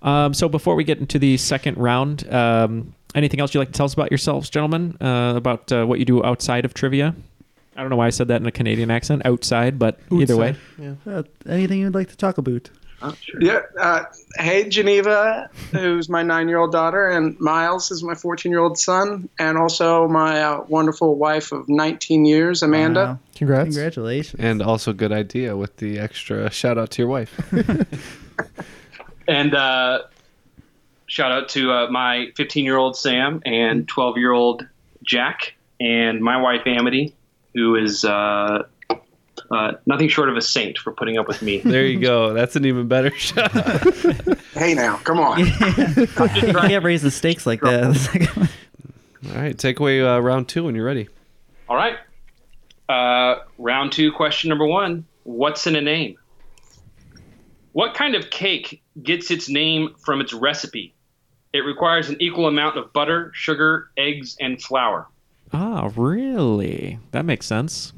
um, so before we get into the second round, um, anything else you'd like to tell us about yourselves, gentlemen, uh, about uh, what you do outside of trivia? I don't know why I said that in a Canadian accent, outside, but either way. Uh, anything you'd like to talk about? Yeah. Uh, hey, Geneva, who's my nine-year-old daughter, and Miles is my fourteen-year-old son, and also my uh, wonderful wife of nineteen years, Amanda. Congrats. Congratulations. And also, good idea with the extra shout out to your wife. And uh, shout out to uh, my 15 year old Sam and 12 year old Jack and my wife Amity, who is uh, uh, nothing short of a saint for putting up with me. There you go. That's an even better shot. hey now, come on. you can't raise the stakes like that. All right, take away uh, round two when you're ready. All right. Uh, round two, question number one What's in a name? What kind of cake gets its name from its recipe? It requires an equal amount of butter, sugar, eggs, and flour. Ah, really? That makes sense.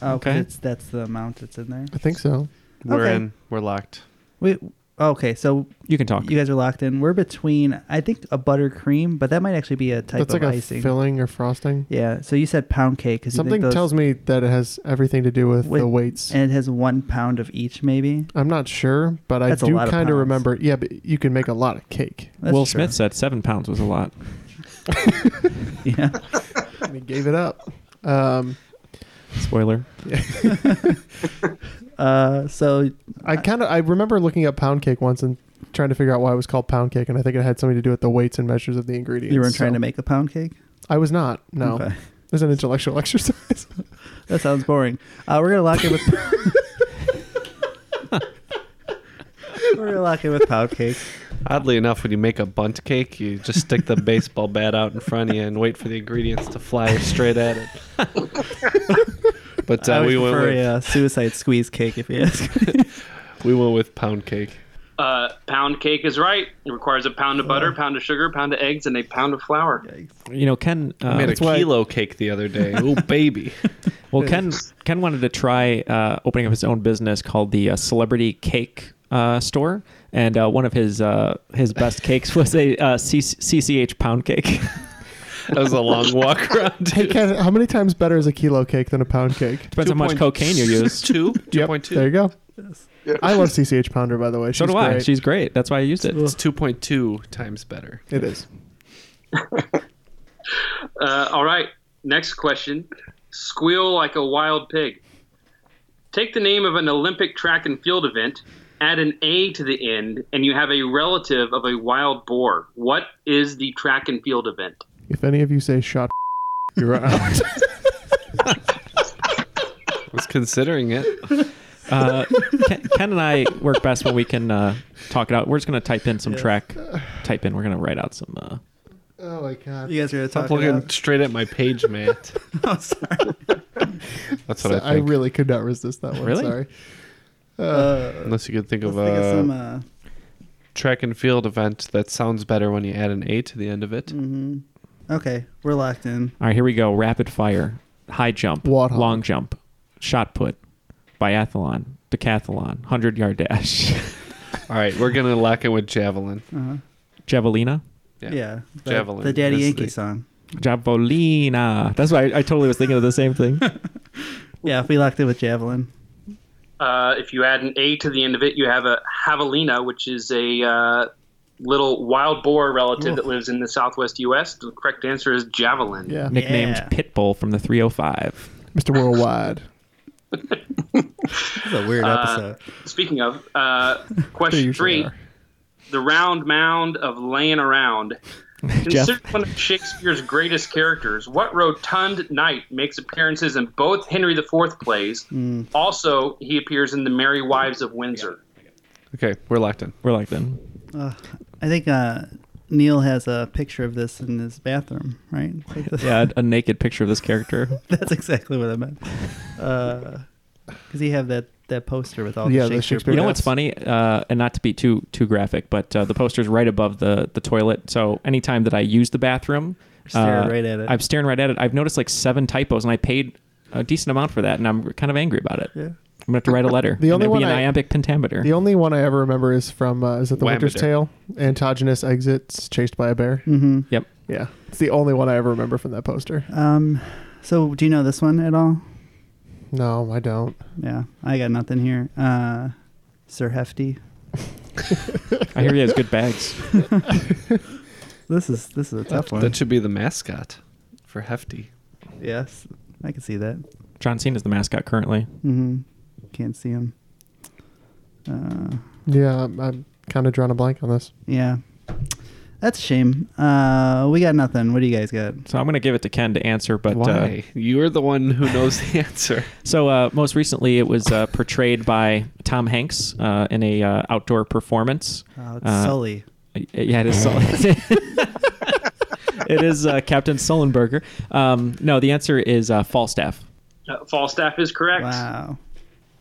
Oh, 'cause it's- that's the amount that's in there. I think so. We're Okay. in. We're locked. Wait. Okay, so you can talk. You guys are locked in. We're between, I think, a buttercream, but that might actually be a type That's of like a icing. filling or frosting. yeah. So you said pound cake because Something tells me that it has everything to do with, With- the weights. and it has one pound of each, maybe. I'm not sure, but I That's a do lot of kind pounds. of remember. Yeah, but you can make a lot of cake. Will Smith said seven pounds was a lot. yeah. And he gave it up. Um, Spoiler. uh, so I kind of I remember looking up pound cake once and trying to figure out why it was called pound cake, and I think it had something to do with the weights and measures of the ingredients. You weren't trying so- to make a pound cake. I was not. No, Okay. it was an intellectual exercise. That sounds boring. Uh, we're gonna lock it with. we're gonna lock it with pound cake. Oddly enough, when you make a bunt cake, you just stick the baseball bat out in front of you and wait for the ingredients to fly straight at it. but I uh, would we went prefer with, a uh, suicide squeeze cake if you ask. me. we went with pound cake. Uh, pound cake is right. It requires a pound of butter, pound of sugar, pound of eggs, and a pound of flour. You know, Ken uh, I made a that's why- kilo cake the other day. Oh baby! Well, Ken Ken wanted to try uh, opening up his own business called the uh, Celebrity Cake uh, Store, and uh, one of his uh, his best cakes was a uh, C- CCH pound cake. that was a long walk around. hey Ken, how many times better is a kilo cake than a pound cake? Depends how much cocaine you use. Two, two Yep, point two. There you go. I love CCH Pounder by the way. She's So do I. great. She's great. That's why I used it. It's two point two times better. It is. Uh, all right. Next question. Squeal like a wild pig. Take the name of an Olympic track and field event, add an A to the end, and you have a relative of a wild boar. What is the track and field event? If any of you say shot, you're out. Was considering it. Uh, Ken, Ken and I work best when we can uh, talk it out. We're just gonna type in some track. Type in. We're gonna write out some. Uh, oh my god. You guys are gonna Stop talk looking about. straight at my page, Matt. I'm sorry. That's what I I think. really could not resist that one. Really? Uh, Sorry. Uh, Unless you could think of, Let's think of uh, some. Uh, track and field event that sounds better when you add an A to the end of it. mhm. Okay, we're locked in. all right, here we go. Rapid fire, high jump, Warthog. long jump, shot put, biathlon, decathlon, hundred yard dash, All right, we're gonna lock it with javelin. Uh-huh. javelina. Yeah, Yeah, the- javelin. The Daddy is Yankee the- song. Javelina. That's why I, I totally was thinking of the same thing. Yeah, if we locked it with javelin. Uh, if you add an A to the end of it, you have a javelina, which is a uh, little wild boar relative that lives in the southwest U.S. The correct answer is javelin. Yeah. Nicknamed Yeah. Pitbull from the 305. Mr. Worldwide. This is a weird episode. Uh, Speaking of, uh, question usually three the round mound of laying around. Considered one of Shakespeare's greatest characters, what rotund knight makes appearances in both Henry IV plays? Mm. Also, he appears in The Merry Wives of Windsor. Okay, we're locked in. We're like then. Ugh. I think uh, Neil has a picture of this in his bathroom, right? Like this- Yeah, a, a naked picture of this character. that's exactly what I meant. Because he have that that poster with all Yeah, the the Shakespeare. Shakespeare You know what's That's- funny, uh, and not to be too too graphic, but uh, the poster's right above the the toilet. So anytime that I use the bathroom, staring uh, right at it. I'm staring right at it. I've noticed like seven typos, and I paid a decent amount for that, and I'm kind of angry about it. Yeah. I'm gonna have to write a letter. The only Maybe one an I- iambic pentameter. The only one I ever remember is from uh, is it The Winter's Whamader. Tale? Antogenous exits chased by a bear. Mm-hmm. yep. Yeah, it's the only one I ever remember from that poster. Um, so do you know this one at all? No, I don't. Yeah, I got nothing here. Uh, Sir Hefty. I hear he has good bags. This is this is a tough one. That should be the mascot for Hefty. yes, I can see that. John Cena's the mascot currently. Mm-hmm. Can't see him. Uh, Yeah, I'm, I'm kind of drawing a blank on this. yeah. That's a shame. Uh, we got nothing. What do you guys got? So I'm going to give it to Ken to answer, but uh, Why? you're the one who knows the answer. So uh, most recently, it was uh, portrayed by Tom Hanks uh, in a uh, outdoor performance. Oh, it's Uh, Sully. Yeah, it is Sully. it is uh, Captain Sullenberger. Um, no, the answer is uh, Falstaff. Uh, Falstaff is correct. Wow.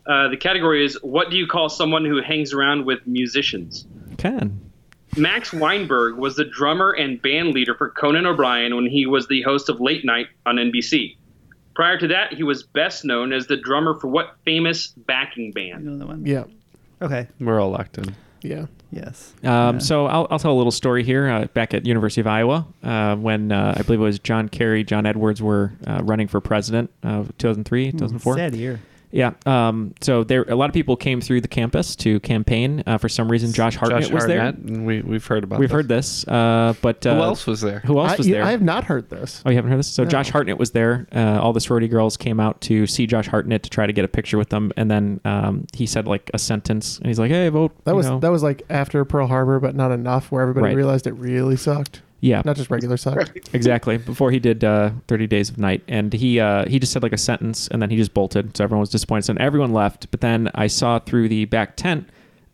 Uh, the category is what do you call someone who hangs around with musicians? Ken. Max Weinberg was the drummer and band leader for Conan O'Brien when he was the host of Late Night on NBC. Prior to that, he was best known as the drummer for what famous backing band? Yeah. Okay. We're all locked in. Yeah. Yes. Um, So I'll, I'll tell a little story here. Uh, back at University of Iowa, uh, when uh, I believe it was John Kerry, John Edwards were uh, running for president, uh, Hmm, 2003, 2004. Sad year. Yeah. Um, so there, a lot of people came through the campus to campaign. Uh, for some reason, Josh Hartnett Josh was Hartnett, and we, we've heard there. about We've this. heard this, uh, but uh, Who else was there? Who else I, was you- there? I have not heard this. Oh, you haven't heard this? So No. Josh Hartnett was there. Uh, all the sorority girls came out to see Josh Hartnett to try to get a picture with them, and then um, he said like a sentence, and he's like, "Hey, vote." That you was know. that was like after Pearl Harbor, but not enough where everybody Right. realized it really sucked. Yeah. Not just regular sucked. exactly before he did uh, 30 days of night and he uh, he just said like a sentence and then he just bolted so everyone was disappointed so everyone left but then i saw through the back tent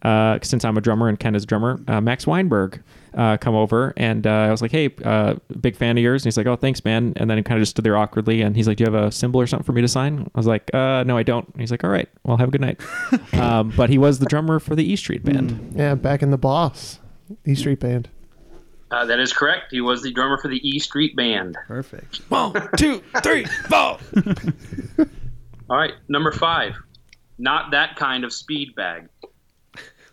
uh, since i'm a drummer and ken is a drummer uh, max weinberg uh, come over and uh, i was like hey uh, big fan of yours and he's like oh thanks man and then he kind of just stood there awkwardly and he's like do you have a symbol or something for me to sign i was like uh, no i don't and he's like all right well have a good night um, but he was the drummer for the east street band Yeah, back in the boss. E Street Band. Uh, that is correct. He was the drummer for the E Street Band. Perfect. One, two, three, four. All right, number five. Not that kind of speed bag.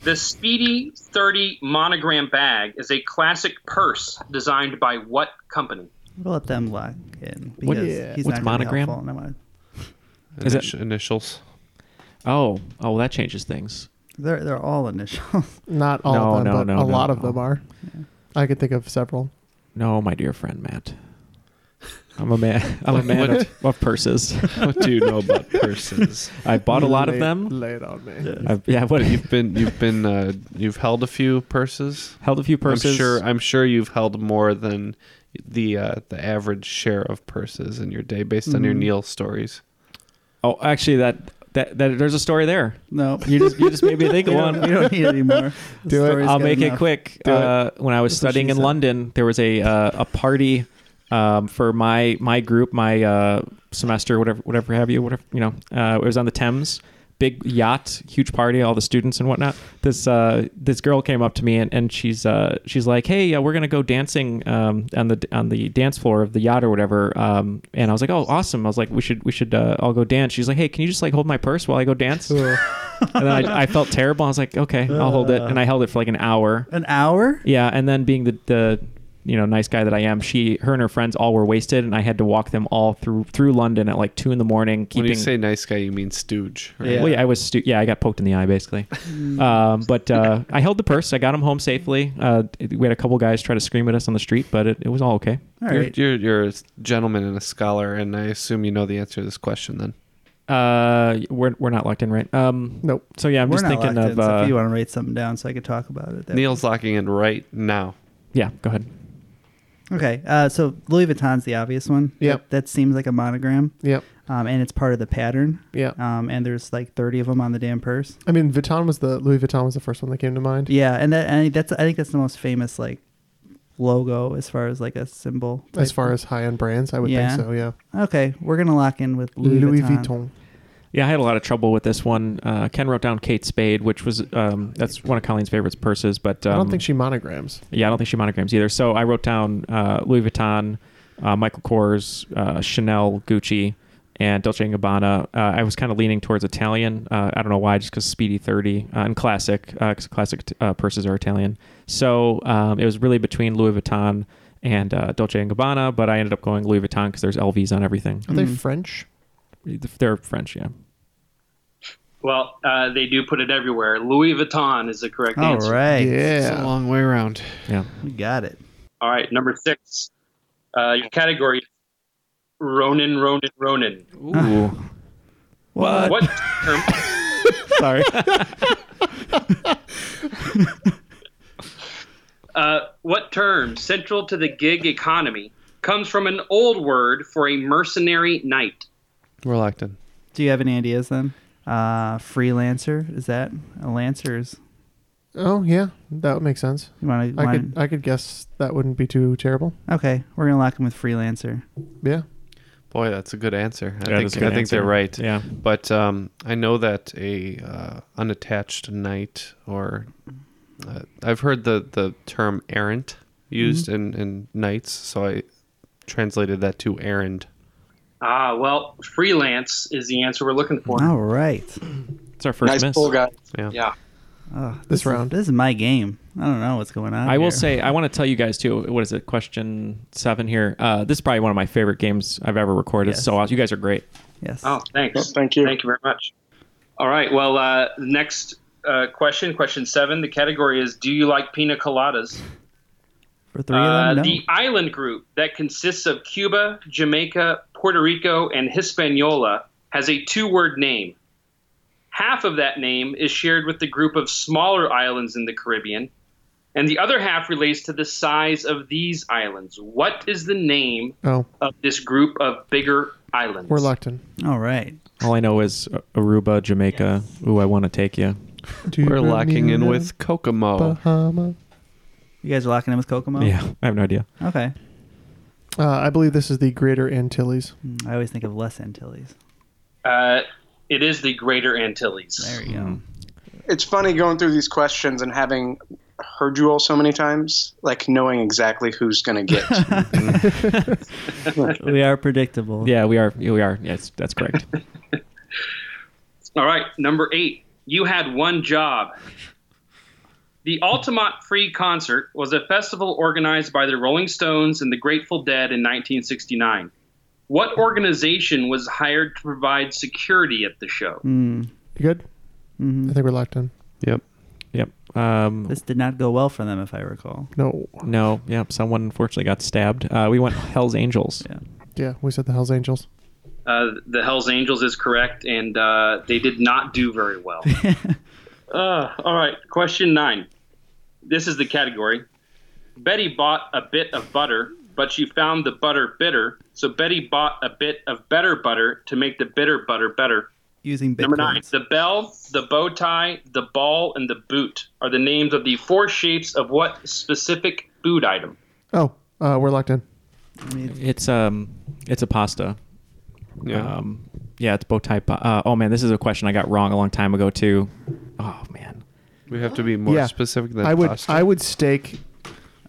The Speedy 30 monogram bag is a classic purse designed by what company? We'll let them lock in What- because he's What's not gonna be monogram? helpful, and I wanna- Is it- Hmm. Initi- initials. oh oh well, that changes things They're they're all initials. Not all No, of them, no, but no, a no, lot of no. them are. I could think of several. No, my dear friend Matt. I'm a man. I'm a What- man what- of, of purses. What do you know about purses? I bought a lot of Lay- them. Lay it on me. I've, Uh, yeah, what you've been you've been uh, you've held a few purses. Held a few purses. I'm sure I'm sure you've held more than the uh, the average share of purses in your day based on your Mhm. Neil stories. Oh, actually, that that, that there's a story there. No, You just you just made me think of We one. don't- we don't need any more. The Do it. Um, story's I'll good make it enough. quick. Do it. Uh, when I was That's what studying she in said. London, there was a uh, a party um, for my my group, my uh, semester, whatever whatever have you, whatever you know. Uh, it was on the Thames. Big yacht, huge party, all the students and whatnot. This uh, this girl came up to me and, and she's uh, she's like, hey, uh, we're gonna go dancing um, on the on the dance floor of the yacht or whatever. Um, and I was like, oh, awesome. I was like, we should we should uh, all go dance. She's like, hey, can you just like hold my purse while I go dance? and then I, I felt terrible. I was like, okay, I'll hold it. And I held it for like an hour. An hour? Yeah. And then being the, the you know, nice guy that I am, she, her and her friends all were wasted and I had to walk them all through, through London at like two in the morning. Keeping, When you say nice guy, you mean stooge. right? yeah. Well, yeah, I was, stu- yeah, I got poked in the eye basically. um, but, uh, I held the purse. I got them home safely. Uh, we had a couple guys try to scream at us on the street, but it, it was all okay. You're, you're you're a gentleman and a scholar, and I assume you know the answer to this question. Then Uh, we're, we're not locked in, right? Um, Nope. So yeah, I'm We're just not thinking locked of, in, so uh, if you want to write something down so I could talk about it. that Neil's locking in right now. yeah, go ahead. Okay, uh, so Louis Vuitton's the obvious one. Yep. That, that seems like a monogram. Yep. Um, and it's part of the pattern. Yep. Um, and there's like 30 of them on the damn purse. I mean, Vuitton was the Louis Vuitton was the first one that came to mind. Yeah, and that and that's I think that's the most famous like logo as far as like a symbol. As type. far as high end brands, I would think so. Yeah. Okay, we're gonna lock in with Louis, Louis Vuitton. Vuitton. Yeah, I had a lot of trouble with this one. Uh, Ken wrote down Kate Spade, which was um, that's one of Colleen's favorite purses, but um, I don't think she monograms. Yeah, I don't think she monograms either. So I wrote down uh, Louis Vuitton, uh, Michael Kors, uh, Chanel, Gucci, and Dolce & Gabbana. Uh, I was kind of leaning towards Italian. Uh, I don't know why, just because Speedy 30 uh, and classic, because classic uh, purses are Italian. So um, it was really between Louis Vuitton and uh, Dolce & Gabbana, but I ended up going Louis Vuitton because there's LVs on everything. Are they French? They're French, yeah. Well, uh, they do put it everywhere. Louis Vuitton is the correct All answer. right. Yeah. It's a long way around. Yeah. We got it. All right, number six. Uh, your category is Ronin, Ronin, Ronin. Ooh. What? What term? Sorry. Uh, what term, central to the gig economy, comes from an old word for a mercenary knight? Reluctant. Do you have any ideas then? Uh, freelancer is that a lancers? Oh yeah, that would make sense. You want I could I could guess that wouldn't be too terrible. Okay, we're gonna lock him with freelancer. Yeah. Boy, that's a good answer. I That think is a I good think they're answer. right. Yeah. But um, I know that a uh, unattached knight, or uh, I've heard the the term errant used Mm-hmm. in in knights, so I translated that to errand. Ah, well, freelance is the answer we're looking for. All right. It's our first Nice miss. pull, guys. Yeah. Yeah. Oh, this, round. Is, this is my game. I don't know what's going on. I here. will say, I want to tell you guys too. What is it? Question seven here. Uh, this is probably one of my favorite games I've ever recorded. Yes. So awesome. you guys are great. Yes. Oh, thanks. thank you. Thank you very much. All right. Well, uh, next uh, question, question seven. The category is Do you like pina coladas? for three of them. Uh, No. The island group that consists of Cuba, Jamaica, Puerto Rico, and Hispaniola has a two word name. Half of that name is shared with the group of smaller islands in the Caribbean, and the other half relates to the size of these islands. What is the name Oh, of this group of bigger islands? Reluctant. All right. All I know is Aruba, Jamaica. Ooh, I want to take you. We're locking in with Kokomo. Bahama. You guys are locking in with Kokomo. Oh. Yeah, I have no idea. Okay. Uh, I believe this is the Greater Antilles. Hmm, I always think of Les Antilles. Uh, it is the Greater Antilles. There you go. It's funny going through these questions and having heard you all so many times, like knowing exactly who's going to get. we are predictable. Yeah, we are. yeah, We are. Yes, that's correct. All right, number eight. You had one job. The Altamont Free Concert was a festival organized by the Rolling Stones and the Grateful Dead in 1969. What organization was hired to provide security at the show? Mm. You good? Mm-hmm. I think we're locked in. Yep. Yep. Um, This did not go well for them, if I recall. No. no. Yep. Someone unfortunately got stabbed. Uh, we went Hell's Angels. Yeah. Yeah, we said the Hell's Angels. Uh, the Hells Angels is correct, and uh, they did not do very well. uh, all right, question nine. This is the category. Betty bought a bit of butter, but she found the butter bitter, so Betty bought a bit of better butter to make the bitter butter better. Using Number nine. bitcoins. The bell, the bow tie, the ball, and the boot are the names of the four shapes of what specific food item? Oh, uh, we're locked in. It's um, it's a pasta. Yeah. Um, yeah, it's bow tie. Pa- uh, oh man, this is a question I got wrong a long time ago too. Oh man, We have to be more yeah. specific than I would. pasta. I would stake.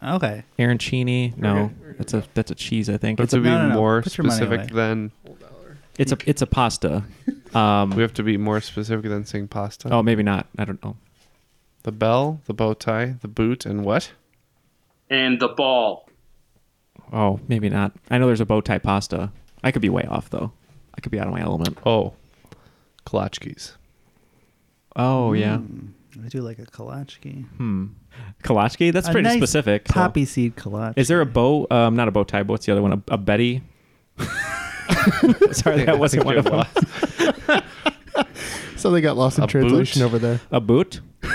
Okay. arancini. No, that's a that's a cheese. I think But it's to a be no, no, no. more Put your money specific than it's a it's a pasta. Um, we have to be more specific than saying pasta. oh maybe not. I don't know. The bell, the bow tie, the boot, and what? And the ball. Oh maybe not. I know there's a bow tie pasta. I could be way off though. I could be out of my element. Oh, kolachkis. Oh yeah. I Hmm. do like a kalachki. Hmm. Kolachki? That's A pretty nice specific. so- Poppy seed kalachki. Is there a bow? Um, not a bow tie, but what's the other one? A, a Betty? Sorry, I that wasn't think one it of them. So they got lost in A translation boot? over there. A boot?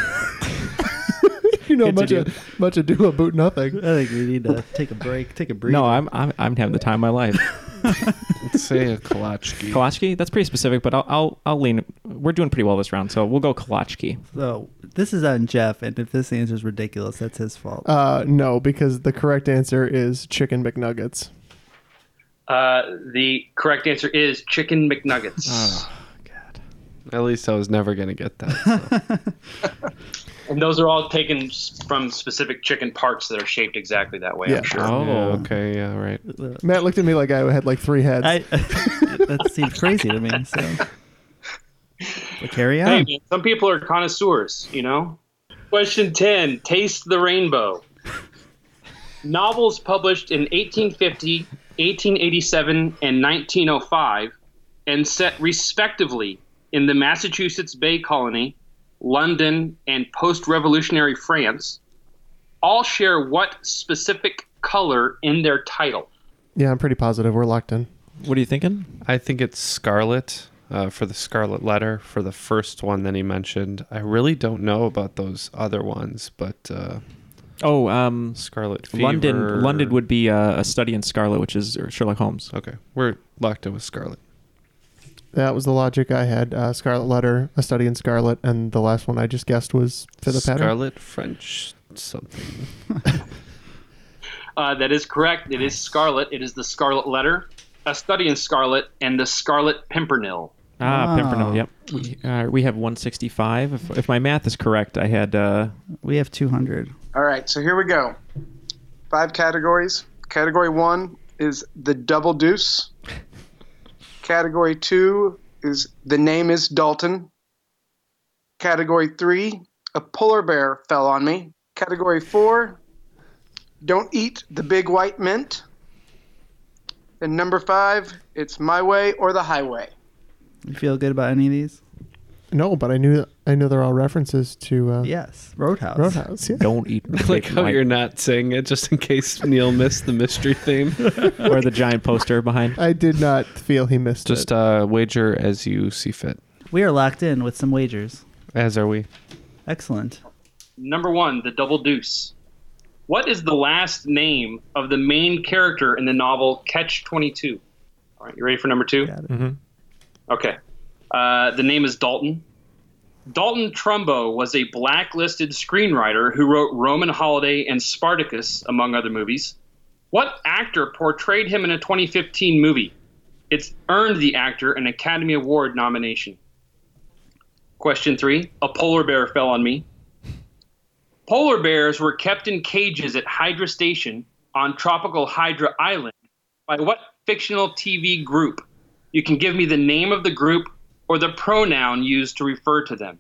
You know, much, Continue. a, much ado about nothing. I think we need to take a break. Take a break. No, I'm, I'm I'm having the time of my life. Say a kolachki. Kolachki? That's pretty specific, but I'll, I'll I'll lean. We're doing pretty well this round, so we'll go Kolachki. So this is on Jeff, and if this answer is ridiculous, that's his fault. Uh, no, because the correct answer is chicken McNuggets. Uh, the correct answer is chicken McNuggets. At least I was never gonna get that. And those are all taken s- from specific chicken parts that are shaped exactly that way, Yeah. I'm sure. Oh, Yeah, okay, yeah, right. Matt looked at me like I had like three heads. Uh, I, that seems crazy to me. So, but carry Hey, on. man, some people are connoisseurs, you know? Question 10 Taste the Rainbow. Novels published in 1850, 1887, and 1905, and set respectively in the Massachusetts Bay Colony, London, and post revolutionary France, all share what specific color in their title? yeah, I'm pretty positive we're locked in. What are you thinking? I think it's Scarlet uh, for the Scarlet Letter for the first one that he mentioned. I really don't know about those other ones, but uh, Oh, um, Scarlet Fever. London. London would be uh, a study in Scarlet, which is Sherlock Holmes. Okay, we're locked in with Scarlet. That was the logic I had. Uh, Scarlet Letter, A Study in Scarlet, and the last one I just guessed was Fit a Pattern. Scarlet French something. Uh, that is correct. It is Scarlet. It is the Scarlet Letter, a study in Scarlet, and the Scarlet Pimpernel. Ah, Ah. Pimpernel. Yep. We, uh, we have 165. If, if my math is correct, I had. Uh, we have 200. All right, so here we go. Five categories. Category one is the double deuce. Category two is the name is Dalton. Category three, a polar bear fell on me. Category four, don't eat the big white mint. And number five, it's my way or the highway. You feel good about any of these? No, but I knew I know they're all references to uh, Yes, Roadhouse. Roadhouse. Yeah. Don't eat. I like how you're not saying it just in case Neil missed the mystery theme or the giant poster behind. I did not feel he missed it. Just uh, wager as you see fit. We are locked in with some wagers. As are we. Excellent. Number one, the Double Deuce. What is the last name of the main character in the novel Catch 22? All right, you ready for number two? Mm-hmm. Okay. Uh, the name is Dalton. Dalton Trumbo was a blacklisted screenwriter who wrote Roman Holiday and Spartacus, among other movies. What actor portrayed him in a 2015 movie? It's earned the actor an Academy Award nomination. Question three A polar bear fell on me. Polar bears were kept in cages at Hydra Station on tropical Hydra Island by what fictional TV group? You can give me the name of the group or the pronoun used to refer to them.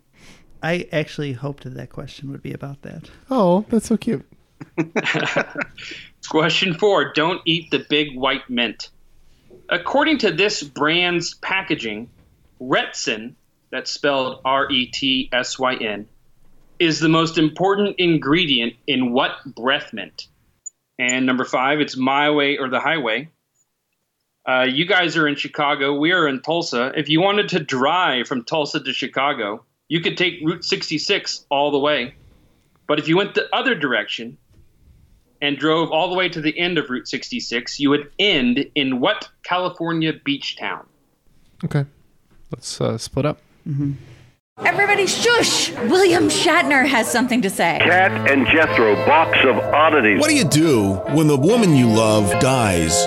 I actually hoped that that question would be about that. Oh, that's so cute. Question four Don't eat the big white mint. According to this brand's packaging, Retsin, that's spelled R E T S Y N, is the most important ingredient in what breath mint? And number five, it's my way or the highway. Uh, you guys are in Chicago. We are in Tulsa. If you wanted to drive from Tulsa to Chicago, you could take Route 66 all the way. But if you went the other direction, and drove all the way to the end of Route 66, you would end in what California beach town? Okay. Let's uh, split up. Everybody shush! William Shatner has something to say. Cat and Jethro, box of oddities. What do you do when the woman you love dies?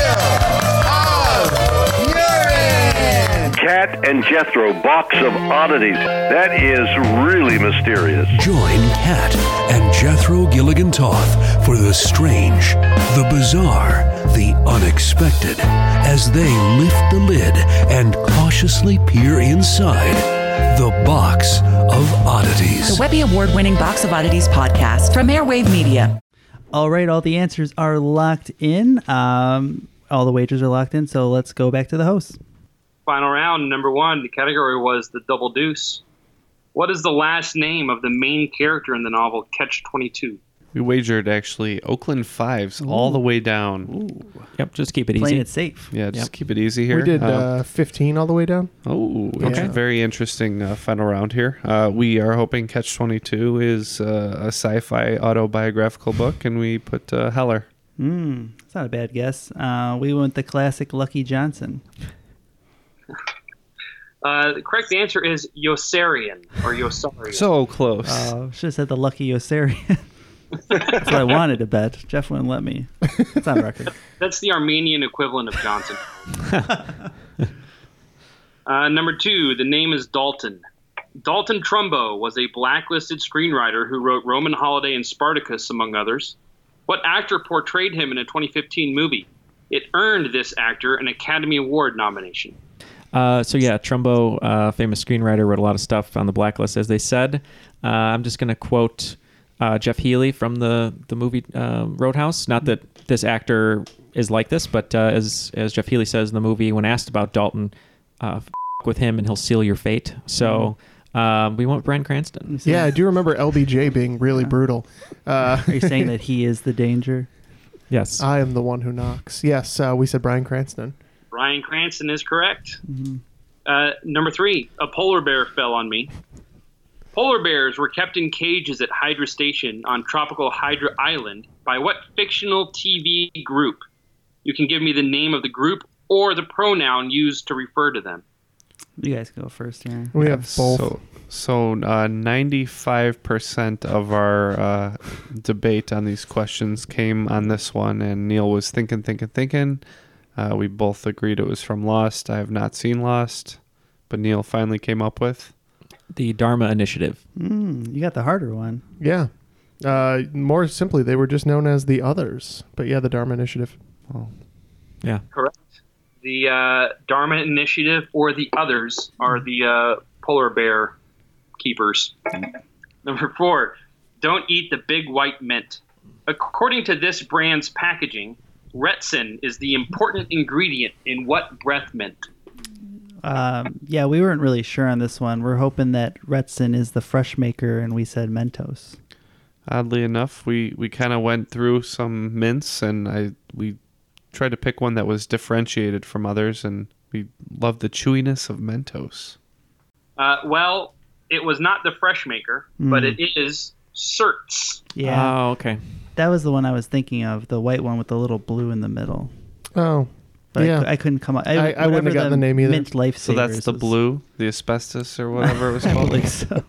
Cat and Jethro, box of oddities. That is really mysterious. Join Kat and Jethro Gilligan Toth for the strange, the bizarre, the unexpected as they lift the lid and cautiously peer inside the box of oddities. The Webby Award winning Box of Oddities podcast from Airwave Media. All right, all the answers are locked in. Um, all the wagers are locked in, so let's go back to the host. Final round, number one, the category was the double deuce. What is the last name of the main character in the novel Catch 22? We wagered actually Oakland fives all the way down. Yep, just keep it Playing easy. it safe. Yeah, just Yep. keep it easy here. We did uh, Um, 15 all the way down. Oh, Yeah. okay. Very interesting uh, final round here. Uh, we are hoping Catch 22 is uh, a sci fi autobiographical book, and we put uh, Heller. Hmm, it's not a bad guess. Uh, we went the classic Lucky Johnson. Uh, the correct answer is Yosarian or Yosarian. So close. Uh, should have said the Lucky Osarian. That's what I wanted to bet. Jeff wouldn't let me. It's on record. That's the Armenian equivalent of Johnson. uh, number two, the name is Dalton. Dalton Trumbo was a blacklisted screenwriter who wrote Roman Holiday and Spartacus, among others. What actor portrayed him in a 2015 movie? It earned this actor an Academy Award nomination. Uh, so yeah, Trumbo, uh, famous screenwriter, wrote a lot of stuff on the blacklist, as they said. Uh, I'm just going to uh, quote uh, Jeff Healy from the the movie um, Roadhouse. Not that this actor is like this, but uh, as as Jeff Healy says in the movie, when asked about Dalton, uh, f- with him and he'll seal your fate. So um, we want Brian Cranston. Yeah, I do remember LBJ being really brutal. Uh, Are you saying that he is the danger? Yes. I am the one who knocks. Yes, uh, we said Brian Cranston. Brian Cranston is correct. Uh, number three, a polar bear fell on me. Polar bears were kept in cages at Hydra Station on tropical Hydra Island by what fictional TV group? You can give me the name of the group or the pronoun used to refer to them. You guys go first. Yeah. So, so uh, 95% of our uh, debate on these questions came on this one, and Neil was thinking, thinking, thinking. Uh, we both agreed it was from Lost. I have not seen Lost, but Neil finally came up with the Dharma Initiative. Mm, you got the harder one. Yeah. Uh, more simply, they were just known as the Others. But yeah, the Dharma Initiative. Oh. Yeah. Correct. The uh, Dharma Initiative or the others are the uh, polar bear keepers. Number four, don't eat the big white mint. According to this brand's packaging, retsin is the important ingredient in what breath mint? Um, yeah, we weren't really sure on this one. We're hoping that Retson is the fresh maker, and we said Mentos. Oddly enough, we, we kind of went through some mints, and I we tried to pick one that was differentiated from others, and we loved the chewiness of Mentos. Uh, well, it was not the fresh maker, but Mm. it is certs. Yeah. Oh, okay. That was the one I was thinking of, the white one with the little blue in the middle. Oh. But I yeah. cou- I couldn't come up- I- I, I wouldn't have whatever gotten the the name either. mint life- So that's Savers the was- blue, the asbestos, or whatever it was I called. believe so.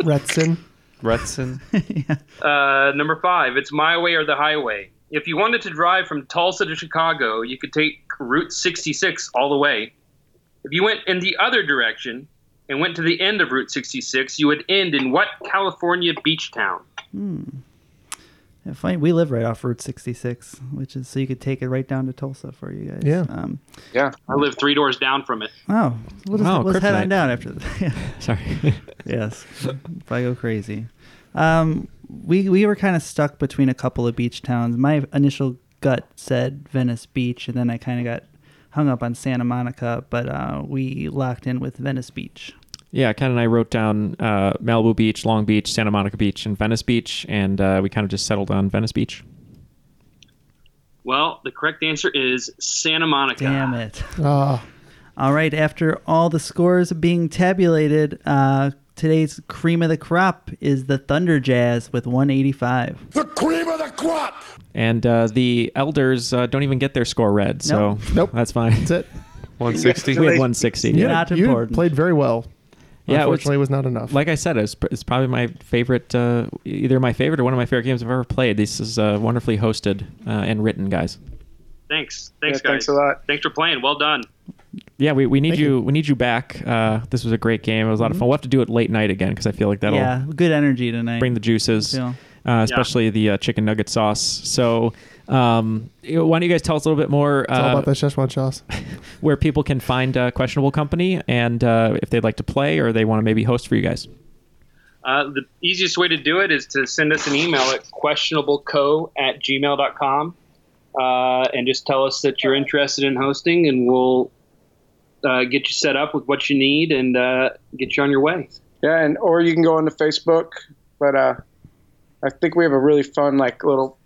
Retsin. Retsin. Uh, number five, it's my way or the highway. If you wanted to drive from Tulsa to Chicago, you could take Route 66 all the way. If you went in the other direction and went to the end of Route 66, you would end in what California beach town? Hmm. Yeah, funny, we live right off Route 66, which is so you could take it right down to Tulsa for you guys. Yeah. Um, Yeah. I live three doors down from it. oh, we'll just Oh, let's head on kryptonite. down after that. Sorry. yes. If I go crazy. Um, we we were kind of stuck between a couple of beach towns. My initial gut said Venice Beach, and then I kind of got hung up on Santa Monica, but uh, we locked in with Venice Beach. Yeah, Ken and I wrote down uh, Malibu Beach, Long Beach, Santa Monica Beach, and Venice Beach, and uh, we kind of just settled on Venice Beach. Well, the correct answer is Santa Monica. Damn it. All right. After all the scores being tabulated, uh, today's cream of the crop is the Thunder Jazz with 185. The cream of the crop! And uh, the elders uh, don't even get their score read, so Nope. Nope. that's fine. That's it. 160. We had 160. You- you played very well. Yeah, it was- Unfortunately, it was, not enough. Like I said, it's, it's probably my favorite, uh, either my favorite or one of my favorite games I've ever played. This is uh, wonderfully hosted uh, and written, guys. Thanks. Thanks, Yeah, guys. thanks a lot. Thanks for playing. Well done. Yeah, we, we need you, We need you back. Uh, this was a great game. It was a lot Mm-hmm. of fun. We'll have to do it late night again because I feel like that'll yeah. Good energy tonight. bring the juices, I feel. uh, especially the uh, chicken nugget sauce. So, um, you know, why don't you guys tell us a little bit more it's all uh, about that Szechuan sauce. where people can find uh, Questionable Company and uh, if they'd like to play or they want to maybe host for you guys? Mm-hmm. Uh, the easiest way to do it is to send us an email at questionableco at gmail.com uh, and just tell us that you're interested in hosting and we'll uh, get you set up with what you need and uh, get you on your way. Yeah, and or you can go onto Facebook, but uh, I think we have a really fun like little.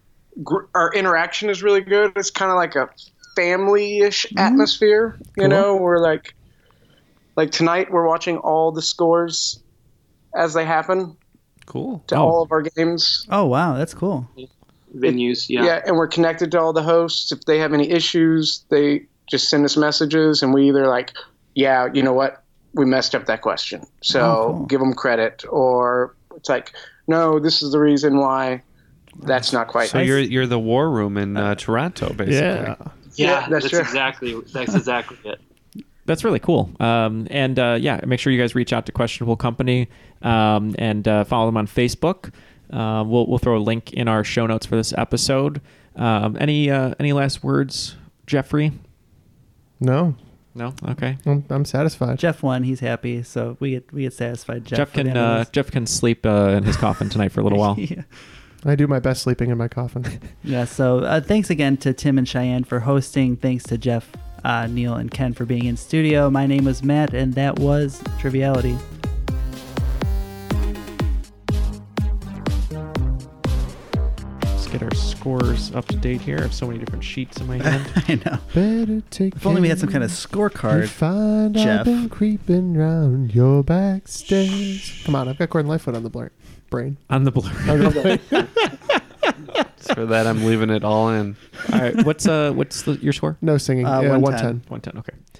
Gr- our interaction is really good. It's kind of like a family-ish Ah, atmosphere. You Cool. know, we're like, like tonight we're watching all the scores as they happen Cool. Oh. to all of our games Oh, wow. That's cool. Venues, yeah. and we're connected to all the hosts. If they have any issues, they just send us messages, and we either like, yeah, you know what, we messed up that question, so Oh, give them credit, or it's like, no, this is the reason why that's not quite. So you're you're the war room in uh, Toronto, basically. Yeah, that's that's, true. exactly that's exactly it. That's really cool. Um, and uh, yeah, make sure you guys reach out to Questionable Company um, and uh, follow them on Facebook. Uh, we'll, we'll throw a link in our show notes for this episode. Um, any uh, any last words, Jeffrey? No. No. Okay. I'm, I'm satisfied. Jeff won. He's happy. So we get we get satisfied. Jeff, Jeff, for the can end of uh, this. Jeff can sleep uh, in his coffin tonight for a little while. Yeah. I do my best sleeping in my coffin. Yeah. So uh, thanks again to Tim and Cheyenne for hosting. Thanks to Jeff, uh, Neil, and Ken for being in studio. My name was Matt, and that was Triviality. Let's get our scores up to date here. I have so many different sheets in my hand. I know. Better take. If only we had some kind of You find I've been creeping round your back stairs. Come on, I've got Gordon Lightfoot on the blur- brain. On the blur. For that, I'm leaving it all in. All right. What's uh? What's the, your score? No singing. Uh, Yeah, 110. 110. Okay.